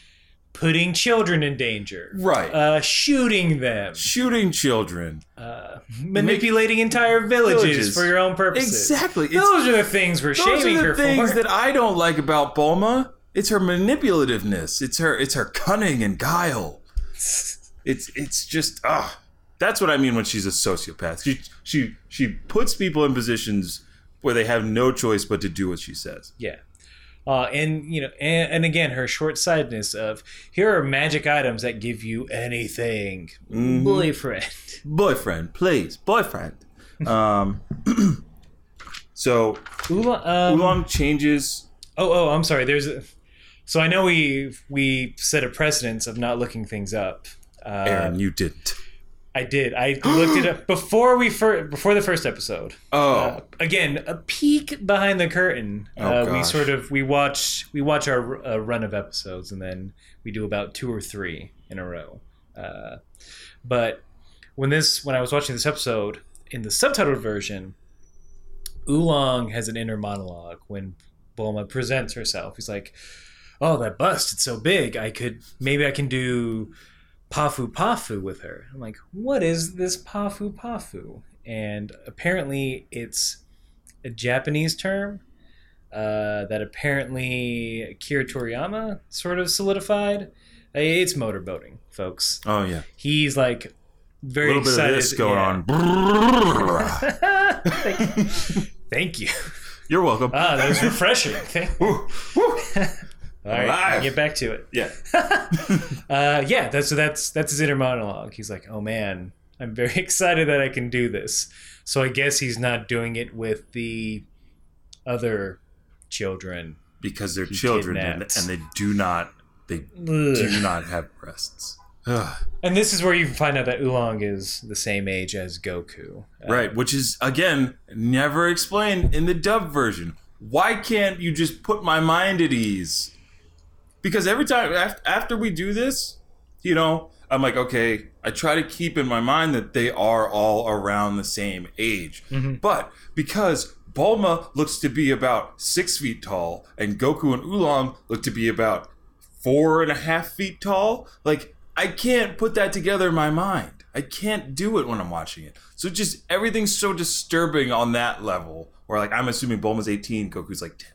Speaker 2: putting children in danger.
Speaker 3: Right.
Speaker 2: Uh, shooting them.
Speaker 3: Shooting children.
Speaker 2: Uh, manipulating entire villages,
Speaker 3: Villages.
Speaker 2: for your own purposes.
Speaker 3: Exactly. It's-
Speaker 2: Those are the things we're
Speaker 3: Those
Speaker 2: shaming
Speaker 3: are
Speaker 2: her
Speaker 3: the things
Speaker 2: for.
Speaker 3: that I don't like about Bulma. It's her manipulativeness. It's her it's her cunning and guile. It's it's just ah. That's what I mean when she's a sociopath. She she she puts people in positions where they have no choice but to do what she says.
Speaker 2: Yeah. Uh, and you know, and, and again, her short-sightedness of here are magic items that give you anything,
Speaker 3: Mm-hmm.
Speaker 2: boyfriend.
Speaker 3: Boyfriend, please, boyfriend. Um, so
Speaker 2: Ula, um,
Speaker 3: Oolong changes.
Speaker 2: Oh, oh, I'm sorry. There's, a, so I know we we set a precedence of not looking things up. Uh,
Speaker 3: Aaron, you didn't.
Speaker 2: I did. I looked it up before we fir- before the first episode.
Speaker 3: Oh,
Speaker 2: Again, a peek behind the curtain.
Speaker 3: Oh,
Speaker 2: uh, we
Speaker 3: gosh.
Speaker 2: sort of we watch we watch our uh, run of episodes, and then we do about two or three in a row. Uh, but when this when I was watching this episode in the subtitled version, Oolong has an inner monologue when Bulma presents herself. He's like, "Oh, that bust! It's so big. I could maybe I can do Pafu Pafu with her." I'm like, "What is this Pafu Pafu?" And apparently, it's a Japanese term uh, that apparently Akira Toriyama sort of solidified. It's motorboating, folks.
Speaker 3: oh yeah.
Speaker 2: He's like
Speaker 3: A
Speaker 2: very
Speaker 3: little bit of
Speaker 2: excited.
Speaker 3: this going on.
Speaker 2: yeah. thank, you. Thank you.
Speaker 3: You're welcome.
Speaker 2: Ah, that was refreshing. Thank-
Speaker 3: Woo, woo.
Speaker 2: All right,
Speaker 3: Alive.
Speaker 2: get back to it.
Speaker 3: Yeah.
Speaker 2: Uh, yeah, that's so that's that's his inner monologue. He's like, oh man, I'm very excited that I can do this. So I guess he's not doing it with the other children.
Speaker 3: because they're children and,
Speaker 2: kidnapped.
Speaker 3: and they do not they do
Speaker 2: Ugh.
Speaker 3: not have breasts Ugh.
Speaker 2: And this is where you find out that Oolong is the same age as Goku. Uh,
Speaker 3: right which is again never explained in the dub version why can't you just put my mind at ease because every time af- after we do this you know i'm like okay i try to keep in my mind that they are all around the same age but because bulma looks to be about six feet tall and goku and oolong look to be about four and a half feet tall. Like I can't put that together in my mind. I can't do it when I'm watching it. So just everything's so disturbing on that level. Where like I'm assuming Bulma's 18, Goku's like 10.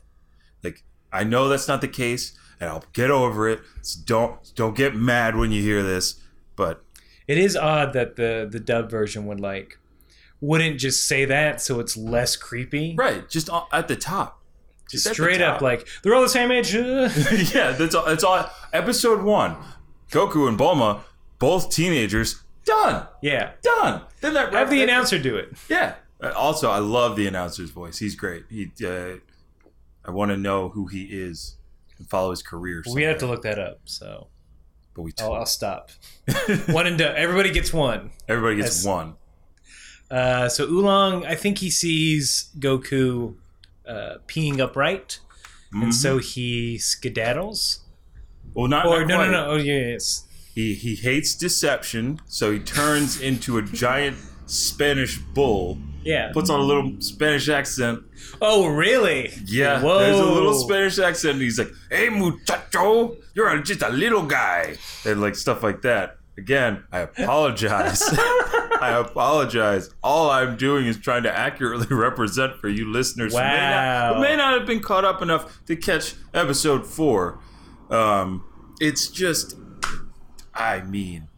Speaker 3: Like I know that's not the case, and I'll get over it. So don't don't get mad when you hear this. But
Speaker 2: It is odd that the the dub version would like wouldn't just say that so it's less creepy.
Speaker 3: right, just on- at the top. Just
Speaker 2: Just
Speaker 3: at the
Speaker 2: straight up
Speaker 3: top.
Speaker 2: like they're all the same age. uh."
Speaker 3: yeah, that's all. That's all. Episode one, Goku and Bulma, both teenagers. Done.
Speaker 2: yeah.
Speaker 3: Done. Then that
Speaker 2: Have the
Speaker 3: that-
Speaker 2: announcer do it.
Speaker 3: Yeah. Uh, Also, I love the announcer's voice. He's great. He, uh, I want to know who he is and follow his career.
Speaker 2: We have to
Speaker 3: someday.
Speaker 2: look that up, so
Speaker 3: but we
Speaker 2: I'll, I'll stop. one and done. Everybody gets one.
Speaker 3: everybody gets
Speaker 2: Yes.
Speaker 3: one.
Speaker 2: Uh, so Oolong, I think he sees Goku uh, peeing upright,
Speaker 3: Mm-hmm.
Speaker 2: and so he skedaddles.
Speaker 3: Well, not,
Speaker 2: Or
Speaker 3: not
Speaker 2: no, no,
Speaker 3: quite.
Speaker 2: no. Oh yeah, yes.
Speaker 3: He he hates deception, so he turns into a giant Spanish bull.
Speaker 2: Yeah.
Speaker 3: Puts on a little Spanish accent.
Speaker 2: Oh really?
Speaker 3: Yeah,
Speaker 2: Whoa.
Speaker 3: there's a little Spanish accent. And he's like, "Hey, muchacho, you're a- just a little guy," and like stuff like that. Again, I apologize. I apologize. All I'm doing is trying to accurately represent for you listeners who, may not,
Speaker 2: Wow.
Speaker 3: who may not have been caught up enough to catch episode four. Um, it's just, I mean,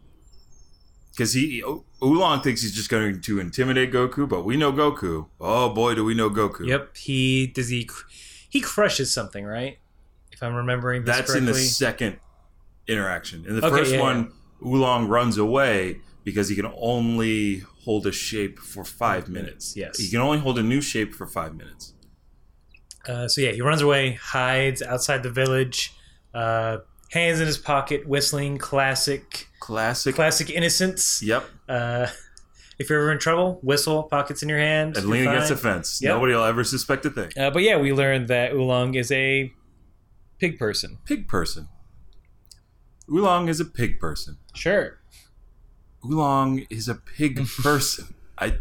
Speaker 3: because he O- Oolong thinks he's just going to intimidate Goku, but we know Goku. Oh boy, do we know Goku!
Speaker 2: Yep. He does he cr- he crushes something, right? If I'm remembering this
Speaker 3: That's
Speaker 2: correctly.
Speaker 3: in the second interaction. In the
Speaker 2: Okay,
Speaker 3: first
Speaker 2: yeah,
Speaker 3: one, Oolong runs away because he can only hold a shape for five minutes.
Speaker 2: yes.
Speaker 3: He can only hold a new shape for five minutes.
Speaker 2: Uh, so yeah, he runs away, hides outside the village, uh, hands in his pocket, whistling classic
Speaker 3: Classic.
Speaker 2: classic innocence.
Speaker 3: Yep.
Speaker 2: Uh, if you're ever in trouble, whistle, pockets in your hand,
Speaker 3: And
Speaker 2: you're
Speaker 3: lean against
Speaker 2: fine.
Speaker 3: the fence.
Speaker 2: Yep.
Speaker 3: Nobody will ever suspect a thing.
Speaker 2: Uh, but yeah, we learned that Oolong is a pig person.
Speaker 3: Pig person. Oolong is a pig person.
Speaker 2: Sure.
Speaker 3: Oolong is a pig person. I.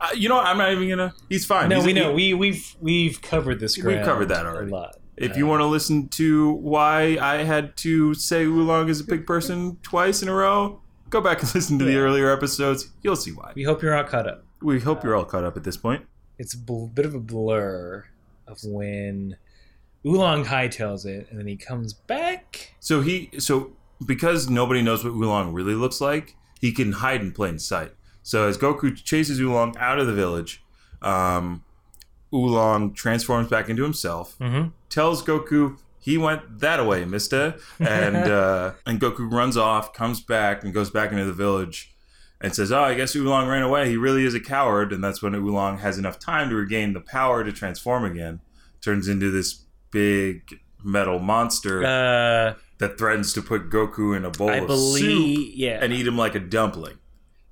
Speaker 3: Uh, you know what? I'm not even gonna. He's fine.
Speaker 2: No,
Speaker 3: He's-
Speaker 2: we know
Speaker 3: he-
Speaker 2: we we've we've covered this.
Speaker 3: We've
Speaker 2: Ground
Speaker 3: covered that already.
Speaker 2: A lot.
Speaker 3: if you want to listen to why I had to say Oolong is a big person twice in a row, go back and listen to the
Speaker 2: Yeah.
Speaker 3: earlier episodes. You'll see why.
Speaker 2: We hope you're not caught up.
Speaker 3: We hope you're all caught up at this point.
Speaker 2: It's a bl- bit of a blur of when Oolong hightails it, and then he comes back.
Speaker 3: So he so because nobody knows what Oolong really looks like, he can hide in plain sight. So as Goku chases Oolong out of the village, um, Oolong transforms back into himself,
Speaker 2: Mm-hmm.
Speaker 3: tells Goku he went that way, Mister, and uh, and Goku runs off, comes back, and goes back into the village. And says, "Oh, I guess Oolong ran away. He really is a coward." And that's when Oolong has enough time to regain the power to transform again. Turns into this big metal monster
Speaker 2: Uh,
Speaker 3: that threatens to put Goku in a bowl
Speaker 2: I
Speaker 3: of Oh, soup
Speaker 2: believe, yeah.
Speaker 3: and eat him like a dumpling.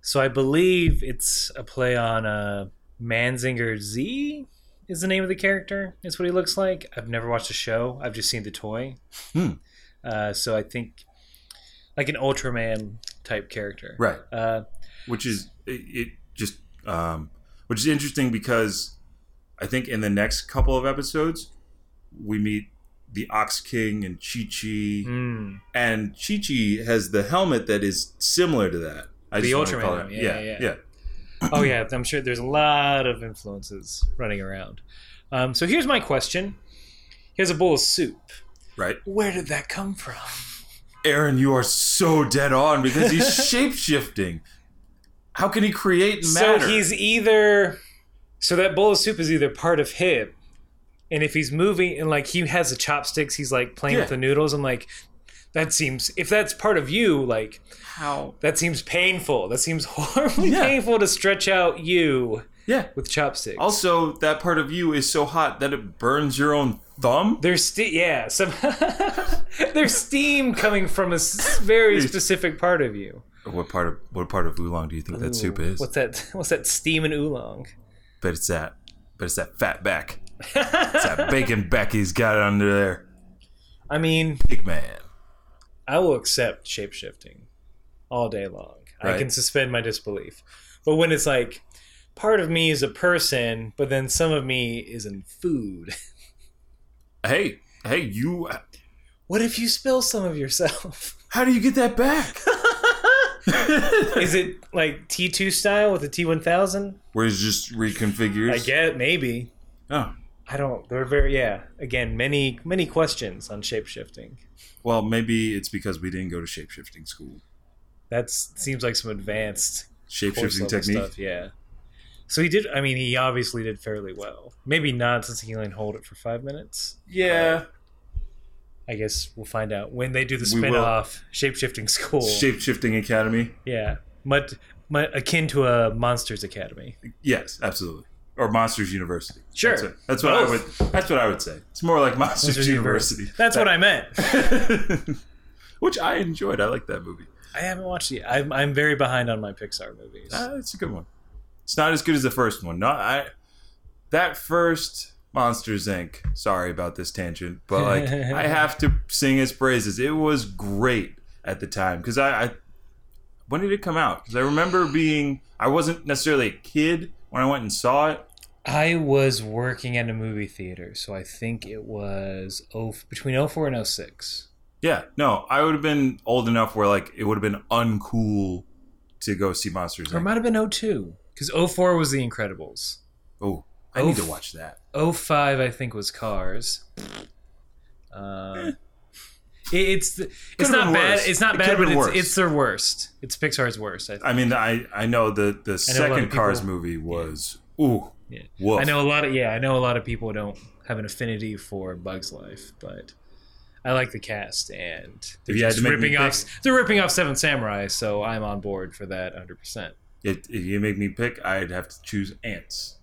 Speaker 2: so I believe it's a play on uh, Manzinger Z is the name of the character. Is what he looks like. I've never watched the show. I've just seen the toy.
Speaker 3: Hmm.
Speaker 2: Uh, so I think like an Ultraman type character.
Speaker 3: Right,
Speaker 2: Uh,
Speaker 3: which is it, it just um, which is interesting because I think in the next couple of episodes we meet the Ox King and Chi Chi,
Speaker 2: mm.
Speaker 3: and Chi Chi has the helmet that is similar to that. I
Speaker 2: The
Speaker 3: just wanna
Speaker 2: Ultraman
Speaker 3: call it-
Speaker 2: helmet, yeah,
Speaker 3: yeah,
Speaker 2: yeah. Oh yeah, I'm sure there's a lot of influences running around. Um, so here's my question: He has a bowl of soup.
Speaker 3: right.
Speaker 2: Where did that come from?
Speaker 3: Aaron, you are so dead on because he's shape shifting. How can he create matter?
Speaker 2: So he's either so that bowl of soup is either part of him, and if he's moving and like he has the chopsticks, he's like playing
Speaker 3: Yeah.
Speaker 2: with the noodles. I'm like, that seems if that's part of you, like
Speaker 3: how?
Speaker 2: that seems painful. That seems horribly
Speaker 3: Yeah.
Speaker 2: painful to stretch out you
Speaker 3: Yeah.
Speaker 2: with chopsticks.
Speaker 3: Also, that part of you is so hot that it burns your own thumb.
Speaker 2: There's steam, yeah. Some there's steam coming from a s- very specific part of you.
Speaker 3: What part of what part of oolong do you think that soup is?
Speaker 2: What's that? What's that steam and oolong?
Speaker 3: But it's that. But it's that fat back. it's that bacon back he's got under there.
Speaker 2: I mean,
Speaker 3: Big man.
Speaker 2: I will accept shape shifting all day long. I
Speaker 3: Right.
Speaker 2: can suspend my disbelief, but when it's like part of me is a person, but then some of me is in food.
Speaker 3: Hey, hey, you.
Speaker 2: What if you spill some of yourself?
Speaker 3: How do you get that back?
Speaker 2: is it like T two style with a T one thousand?
Speaker 3: Where it's just reconfigured.
Speaker 2: I get maybe.
Speaker 3: Oh,
Speaker 2: I don't. They're very yeah. Again, many many questions on shapeshifting.
Speaker 3: well, maybe it's because we didn't go to shapeshifting school.
Speaker 2: That seems like some advanced course
Speaker 3: Shapeshifting
Speaker 2: level
Speaker 3: technique.
Speaker 2: stuff. Yeah. So he did. I mean, he obviously did fairly well. Maybe not since he can only hold it for five minutes.
Speaker 3: Yeah.
Speaker 2: I guess we'll find out when they do the
Speaker 3: We will.
Speaker 2: spinoff shapeshifting school.
Speaker 3: Shapeshifting academy.
Speaker 2: yeah, but but akin to a Monsters Academy.
Speaker 3: Yes, absolutely. Or Monsters University.
Speaker 2: Sure.
Speaker 3: That's, what- that's what I would.
Speaker 2: Both.
Speaker 3: That's what I would say. It's more like Monsters,
Speaker 2: Monsters
Speaker 3: University.
Speaker 2: That's what I meant.
Speaker 3: Which I enjoyed. I like that movie.
Speaker 2: I haven't watched it. Yet. I'm I'm very behind on my Pixar movies.
Speaker 3: Ah, it's a good one. It's not as good as the first one. Not I. That first Monsters Inc. Sorry about this tangent, but like I have to sing its praises. It was great at the time because I, I. When did it come out? Because I remember being. I wasn't necessarily a kid when I went and saw it.
Speaker 2: I was working at a movie theater, so I think it was oh, between 04 and 06.
Speaker 3: Yeah, no, I would have been old enough where like it would have been uncool to go see Monsters.
Speaker 2: Or it
Speaker 3: Inc.
Speaker 2: might have been 02, because 04 was The Incredibles.
Speaker 3: Oh, I need to
Speaker 2: Oof.
Speaker 3: watch that.
Speaker 2: 05, I think, was Cars. Uh, it, it's the, it's
Speaker 3: Could've
Speaker 2: not
Speaker 3: been
Speaker 2: bad.
Speaker 3: worse.
Speaker 2: It's not
Speaker 3: It
Speaker 2: bad,
Speaker 3: could've
Speaker 2: but
Speaker 3: been
Speaker 2: it's,
Speaker 3: worse.
Speaker 2: it's their worst. It's Pixar's worst. I, think.
Speaker 3: I mean, I I know the the
Speaker 2: I know a lot of
Speaker 3: second Cars
Speaker 2: people-
Speaker 3: movie was ooh,
Speaker 2: Yeah.
Speaker 3: woof.
Speaker 2: I know a lot of yeah. I know a lot of people don't have an affinity for Bugs Life, but I like the cast and they're
Speaker 3: If you had
Speaker 2: just
Speaker 3: to make me
Speaker 2: ripping off. They're ripping off Seven Samurai, so I'm on board for that 100. percent
Speaker 3: If, if you make me pick, I'd have to choose Ants.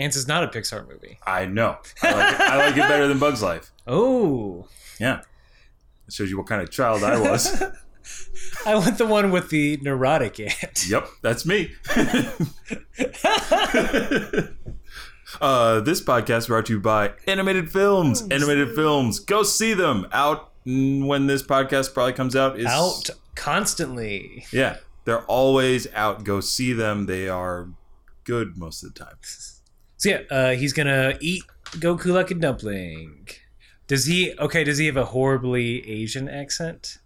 Speaker 2: Ants is not a Pixar movie.
Speaker 3: I know. I like, it, I like it better than Bugs Life.
Speaker 2: Oh,
Speaker 3: Yeah, it shows you what kind of child I was.
Speaker 2: I want the one with the neurotic ant.
Speaker 3: yep, that's me. Uh, this podcast brought to you by Animated Films. Animated Films, go see them. Out mm, when this podcast probably comes out is
Speaker 2: Out constantly.
Speaker 3: Yeah, they're always out. Go see them. They are good most of the time.
Speaker 2: So yeah, uh, he's gonna eat Goku like a dumpling. Does he? Okay, does he have a horribly Asian accent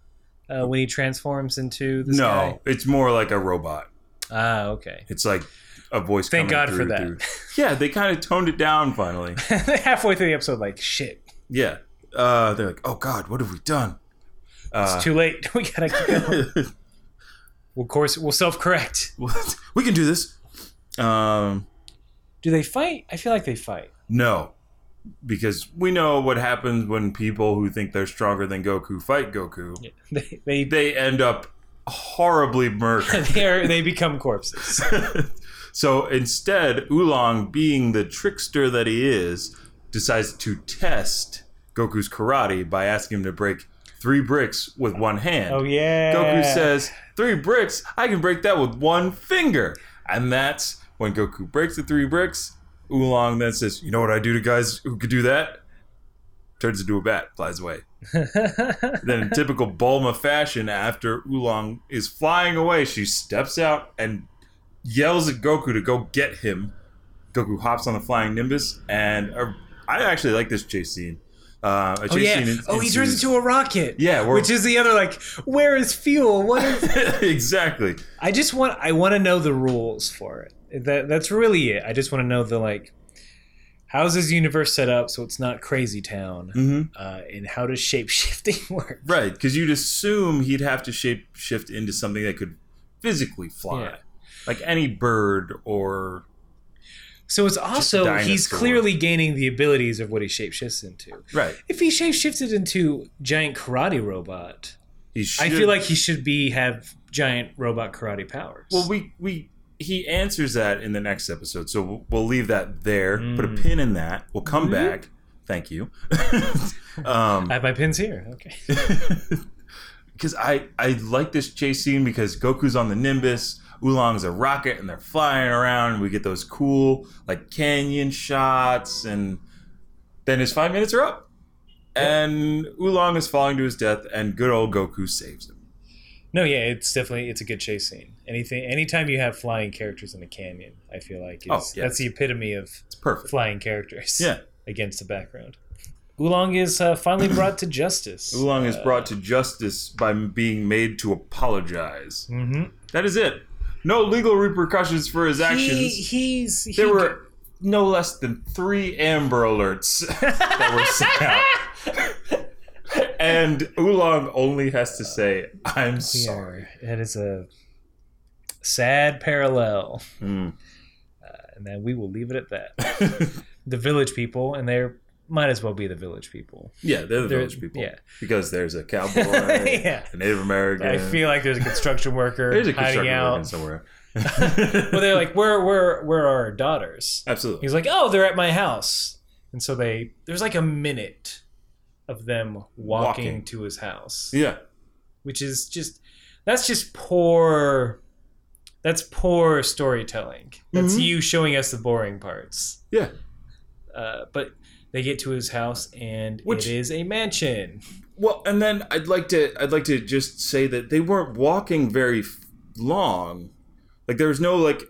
Speaker 2: uh, when he transforms into this
Speaker 3: no, it's more like a robot.
Speaker 2: guy? Ah, okay.
Speaker 3: It's like a voice.
Speaker 2: Thank
Speaker 3: coming
Speaker 2: God for
Speaker 3: through-
Speaker 2: that.
Speaker 3: through- Yeah, they kind of toned it down finally.
Speaker 2: Halfway through the episode, like shit,
Speaker 3: Yeah, uh, they're like, oh God, what have we done?
Speaker 2: it's
Speaker 3: Uh,
Speaker 2: too late. We gotta keep going. Well, of course, we'll self-correct.
Speaker 3: What? we can do this. Um,
Speaker 2: Do they fight? I feel like they fight.
Speaker 3: no, because we know what happens when people who think they're stronger than Goku fight Goku.
Speaker 2: They they
Speaker 3: They end up horribly murdered.
Speaker 2: they, are, they become corpses.
Speaker 3: so instead, Oolong, being the trickster that he is, decides to test Goku's karate by asking him to break three bricks with one hand.
Speaker 2: Oh yeah.
Speaker 3: Goku says, Three bricks, I can break that with one finger. And that's when Goku breaks the three bricks. Oolong then says, You know what I do to guys who could do that? Turns into a bat, flies away. then, in typical Bulma fashion, after Oolong is flying away, she steps out and yells at Goku to go get him. Goku hops on the flying Nimbus, and uh, I actually like this chase scene. Uh, a
Speaker 2: Oh
Speaker 3: chase
Speaker 2: yeah.
Speaker 3: scene en-
Speaker 2: oh, he
Speaker 3: ensues.
Speaker 2: turns into a rocket.
Speaker 3: Yeah, we're-
Speaker 2: Which is the other like, where is fuel? What is
Speaker 3: exactly.
Speaker 2: I just want I want to know the rules for it. That that's really it. I just want to know the like how's this universe set up so it's not crazy town
Speaker 3: Mm-hmm.
Speaker 2: uh, and how does shape shifting work?
Speaker 3: Right, because you'd assume he'd have to shape shift into something that could physically fly,
Speaker 2: Yeah.
Speaker 3: like any bird or
Speaker 2: So it's also he's
Speaker 3: dinosaur.
Speaker 2: clearly gaining the abilities of what he shapeshifts into.
Speaker 3: right.
Speaker 2: If he shapeshifted into giant karate robot,
Speaker 3: He should,
Speaker 2: I feel like he should be have giant robot karate powers.
Speaker 3: well, we we he answers that in the next episode, so we'll, we'll leave that there. Put a
Speaker 2: Mm.
Speaker 3: pin in that. We'll come back. Thank you. um,
Speaker 2: I have my pins here. Okay.
Speaker 3: because I I like this chase scene because Goku's on the Nimbus, Oolong's a rocket, and they're flying around. And we get those cool like canyon shots, and then his five minutes are up, and Oolong is falling to his death, and good old Goku saves him.
Speaker 2: No, yeah, it's definitely it's a good chase scene. Anything, anytime you have flying characters in the canyon, I feel like is,
Speaker 3: Oh, yeah.
Speaker 2: that's the epitome of
Speaker 3: It's perfect.
Speaker 2: flying characters.
Speaker 3: Yeah,
Speaker 2: against the background. Oolong is uh, finally brought to justice.
Speaker 3: Oolong is brought to justice by m- being made to apologize.
Speaker 2: hmm
Speaker 3: That is it. No legal repercussions for his
Speaker 2: He,
Speaker 3: actions.
Speaker 2: he's he,
Speaker 3: there were no less than three Amber Alerts that were sent out. and Oolong only has to say, I'm
Speaker 2: we
Speaker 3: sorry.
Speaker 2: are. That is a sad parallel, Uh,
Speaker 3: Mm.
Speaker 2: and then we will leave it at that. the village people, and they might as well be the village people.
Speaker 3: Yeah, they're the
Speaker 2: They're-
Speaker 3: village people.
Speaker 2: yeah.
Speaker 3: Because there's a cowboy,
Speaker 2: Yeah.
Speaker 3: a Native American.
Speaker 2: I feel like there's a construction worker
Speaker 3: there's a
Speaker 2: hiding
Speaker 3: construction worker
Speaker 2: out.
Speaker 3: somewhere.
Speaker 2: Well, they're like, where, where, where are our daughters?
Speaker 3: Absolutely.
Speaker 2: He's like, "Oh, they're at my house." And so they there's like a minute of them walking,
Speaker 3: Walking.
Speaker 2: to his house,
Speaker 3: Yeah.
Speaker 2: which is just that's just poor that's poor storytelling. That's
Speaker 3: Mhm.
Speaker 2: you showing us the boring parts.
Speaker 3: Yeah.
Speaker 2: Uh, but they get to his house and
Speaker 3: Which-
Speaker 2: it is a mansion.
Speaker 3: Well, and then I'd like to I'd like to just say that they weren't walking very f- long. Like there was no like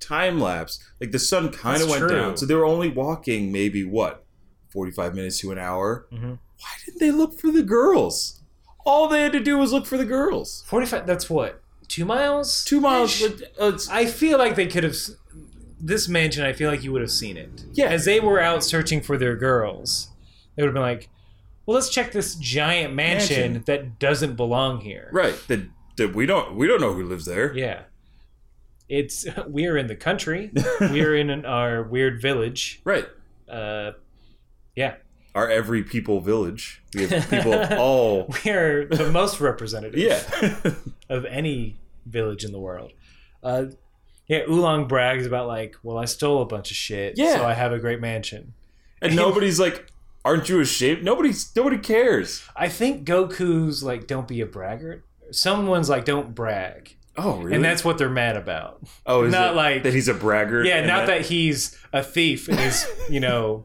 Speaker 3: time lapse. Like the sun kind of
Speaker 2: That's
Speaker 3: went
Speaker 2: true.
Speaker 3: down, so they were only walking maybe what forty five minutes to an hour.
Speaker 2: Mhm.
Speaker 3: Why didn't they look for the girls? All they had to do was look for the girls.
Speaker 2: 45 that's what? 2 miles?
Speaker 3: Two miles.
Speaker 2: Ish?
Speaker 3: but, uh, it's-
Speaker 2: I feel like they could have s- this mansion. I feel like you would have seen it.
Speaker 3: Yeah.
Speaker 2: As they were out searching for their girls, they would have been like, "Well, let's check this giant mansion,
Speaker 3: Mansion.
Speaker 2: that doesn't belong here."
Speaker 3: right. That that we don't we don't know who lives there.
Speaker 2: Yeah. It's we're in the country. we're in an, our weird village.
Speaker 3: Right.
Speaker 2: Uh,
Speaker 3: Our every people village. We have people of all.
Speaker 2: we are the most representative
Speaker 3: Yeah.
Speaker 2: of any village in the world. Uh, yeah, Oolong brags about like, "Well, I stole a bunch of shit,
Speaker 3: Yeah.
Speaker 2: so I have a great mansion."
Speaker 3: and nobody's like, "Aren't you ashamed?" Nobody's nobody cares.
Speaker 2: I think Goku's like, don't be a braggart. Someone's like, don't brag.
Speaker 3: Oh, really?
Speaker 2: And that's what they're mad about.
Speaker 3: oh, is
Speaker 2: not
Speaker 3: it
Speaker 2: like-
Speaker 3: that he's a braggart.
Speaker 2: Yeah,
Speaker 3: and
Speaker 2: not that he's a thief and is, you know,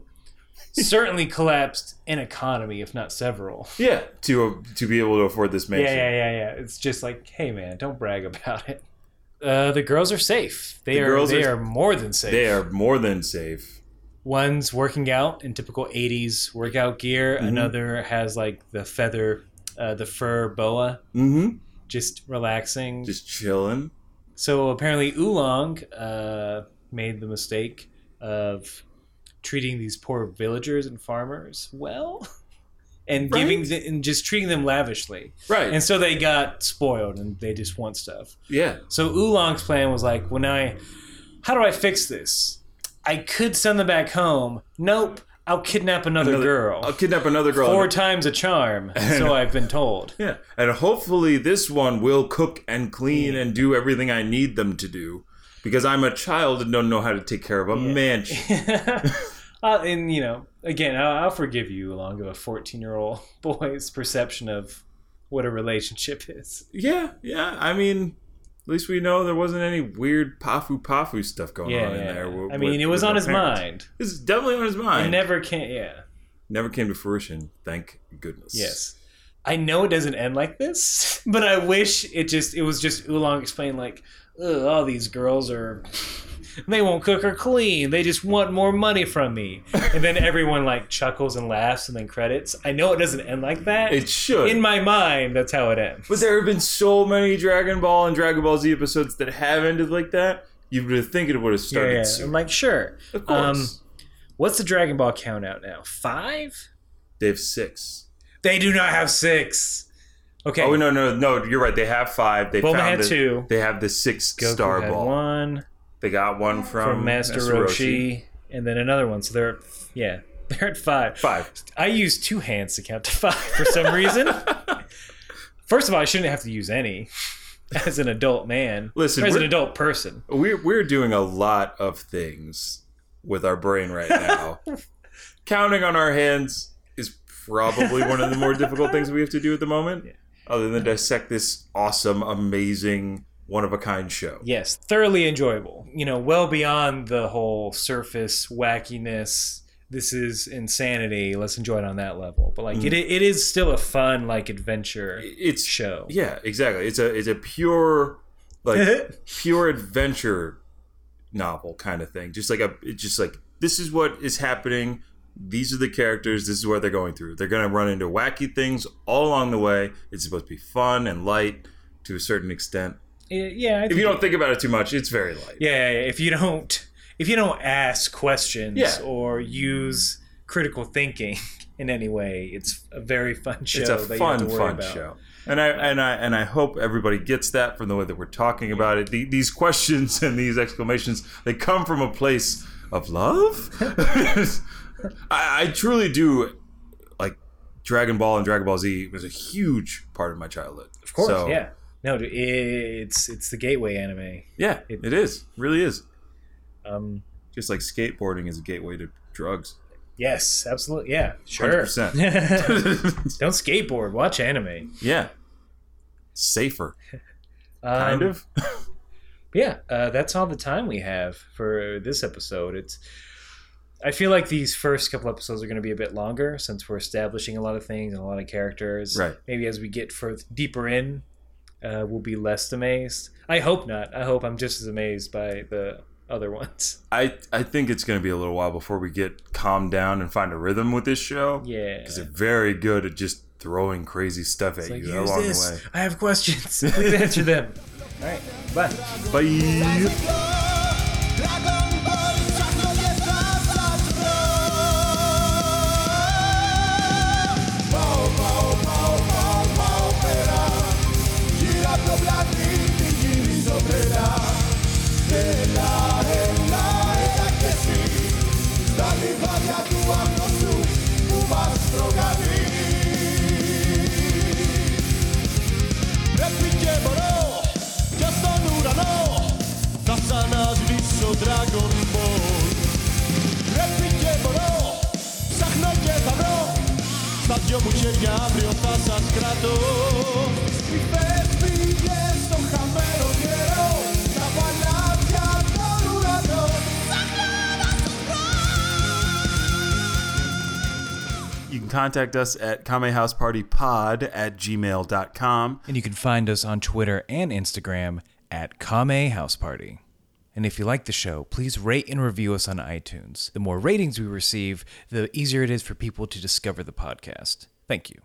Speaker 2: certainly collapsed an economy, if not several.
Speaker 3: Yeah, to to be able to afford this
Speaker 2: Yeah,
Speaker 3: mansion.
Speaker 2: yeah, yeah, yeah. It's just like, hey, man, don't brag about it. Uh, the girls are safe. They
Speaker 3: The
Speaker 2: are
Speaker 3: girls
Speaker 2: they
Speaker 3: are-
Speaker 2: are, more than safe.
Speaker 3: They are more than safe.
Speaker 2: One's working out in typical 80s workout gear.
Speaker 3: Mm-hmm.
Speaker 2: Another has like the feather, uh, the fur boa,
Speaker 3: Mm-hmm.
Speaker 2: just relaxing.
Speaker 3: Just chilling.
Speaker 2: so apparently, Oolong uh, made the mistake of treating these poor villagers and farmers well, and giving the, and just treating them lavishly.
Speaker 3: Right.
Speaker 2: And so they got spoiled, and they just want stuff.
Speaker 3: yeah.
Speaker 2: So Oolong's plan was like, well, now I, how do I fix this? I could send them back home. Nope, I'll kidnap another,
Speaker 3: Another-
Speaker 2: girl.
Speaker 3: I'll kidnap another girl.
Speaker 2: Four times a charm, so I've been told.
Speaker 3: yeah. And hopefully this one will cook and clean and do everything I need them to do. Because I'm a child and don't know how to take care of a mansion.
Speaker 2: Uh, and you know, again, I'll, I'll forgive you, Oolong, of a fourteen-year-old boy's perception of what a relationship is.
Speaker 3: Yeah, yeah. I mean, at least we know there wasn't any weird pafu pafu stuff going
Speaker 2: Yeah,
Speaker 3: on in
Speaker 2: yeah.
Speaker 3: there. wi-
Speaker 2: I mean,
Speaker 3: with-
Speaker 2: it was
Speaker 3: with our
Speaker 2: on his
Speaker 3: parents.
Speaker 2: mind.
Speaker 3: It's definitely on his mind.
Speaker 2: It never can. Yeah.
Speaker 3: Never came to fruition. Thank goodness.
Speaker 2: Yes. I know it doesn't end like this, but I wish it just it was just Oolong explained like, Ugh, all these girls are they won't cook or clean. They just want more money from me. And then everyone like chuckles and laughs and then credits. I know it doesn't end like that.
Speaker 3: It should.
Speaker 2: In my mind, that's how it ends.
Speaker 3: but there have been so many Dragon Ball and Dragon Ball Z episodes that have ended like that. You would have think it would have started
Speaker 2: Yeah, Um, I'm
Speaker 3: soon.
Speaker 2: like, sure.
Speaker 3: Of course.
Speaker 2: what's the Dragon Ball count out now? Five?
Speaker 3: they have six.
Speaker 2: They do not have six. Okay.
Speaker 3: Oh no, no, no! You're right. They have five. They
Speaker 2: Bulma
Speaker 3: found
Speaker 2: had
Speaker 3: the,
Speaker 2: two.
Speaker 3: They have the six
Speaker 2: Goku
Speaker 3: star
Speaker 2: had
Speaker 3: ball.
Speaker 2: one.
Speaker 3: They got one from,
Speaker 2: from Master
Speaker 3: Master
Speaker 2: Roshi, and then another one. So they're yeah, they're at five.
Speaker 3: Five.
Speaker 2: I use two hands to count to five for some reason. First of all, I shouldn't have to use any as an adult man.
Speaker 3: Listen,
Speaker 2: or as an
Speaker 3: we're-
Speaker 2: adult person.
Speaker 3: We're we're doing a lot of things with our brain right now. Counting on our hands is probably one of the more difficult things we have to do at the moment. Other than dissect this awesome, amazing, one of a kind show.
Speaker 2: Yes, thoroughly enjoyable. You know, well beyond the whole surface wackiness. This is insanity. Let's enjoy it on that level. But like, it,
Speaker 3: Mm.
Speaker 2: it is still a fun like adventure
Speaker 3: It's
Speaker 2: show.
Speaker 3: yeah, exactly. It's a it's a pure like pure adventure novel kind of thing. Just like a it's just like this is what is happening. These are the characters. This is what they're going through. They're going to run into wacky things all along the way. It's supposed to be fun and light to a certain extent.
Speaker 2: yeah. I
Speaker 3: If you don't think about it too much, it's very light.
Speaker 2: Yeah, if you don't if you don't ask questions
Speaker 3: Yeah.
Speaker 2: or use critical thinking in any way, it's a very fun show.
Speaker 3: it's a
Speaker 2: that you
Speaker 3: fun,
Speaker 2: have to worry
Speaker 3: fun
Speaker 2: about.
Speaker 3: show. And I and I and I hope everybody gets that from the way that we're talking about it. The, these questions and these exclamations they come from a place of love. I, I truly do like Dragon Ball and Dragon Ball Z was a huge part of my childhood.
Speaker 2: Of course, yeah. No, dude, it's it's the gateway anime.
Speaker 3: yeah,
Speaker 2: It-
Speaker 3: it is, really is.
Speaker 2: Um,
Speaker 3: Just like skateboarding is a gateway to drugs.
Speaker 2: yes, absolutely. Yeah, sure.
Speaker 3: 100%.
Speaker 2: don't skateboard. Watch anime.
Speaker 3: yeah, safer,
Speaker 2: Um,
Speaker 3: kind of.
Speaker 2: yeah uh, that's all the time we have for this episode it's i feel like these first couple episodes are going to be a bit longer since we're establishing a lot of things and a lot of characters
Speaker 3: Right.
Speaker 2: maybe as we get further deeper in uh, we'll be less amazed i hope not i hope i'm just as amazed by the other ones
Speaker 3: I I think it's going to be a little while before we get calmed down and find a rhythm with this show.
Speaker 2: yeah
Speaker 3: because they're very good at just throwing crazy stuff at
Speaker 2: Like,
Speaker 3: you
Speaker 2: "Use
Speaker 3: along
Speaker 2: this.
Speaker 3: the
Speaker 2: i have questions please answer them all right bye
Speaker 3: way. Bye.
Speaker 1: Dragon Ball czas odjeżdża za dno. Mał, mał, mał, mał, mał, pera. Gira to blatki, ty gili zobrera. Hela, hela, hela, kiesi. Zdali wariatu, a nosu, uważ drogami. Replicie Boro, Justin Urano, Kasana Zviso Dragon Ball. Replicie Boro, Sachnojcie Pabro, Stadion Bucieria, Brio Pasas Krato. I Pepi jest tą kamerą gierą, Zawalacja do Urano.
Speaker 3: You can contact us at kamehousepartypod at gmail.com.
Speaker 2: and you can find us on twitter and instagram at Kame House Party. And if you like the show, please rate and review us on iTunes. The more ratings we receive, the easier it is for people to discover the podcast. Thank you.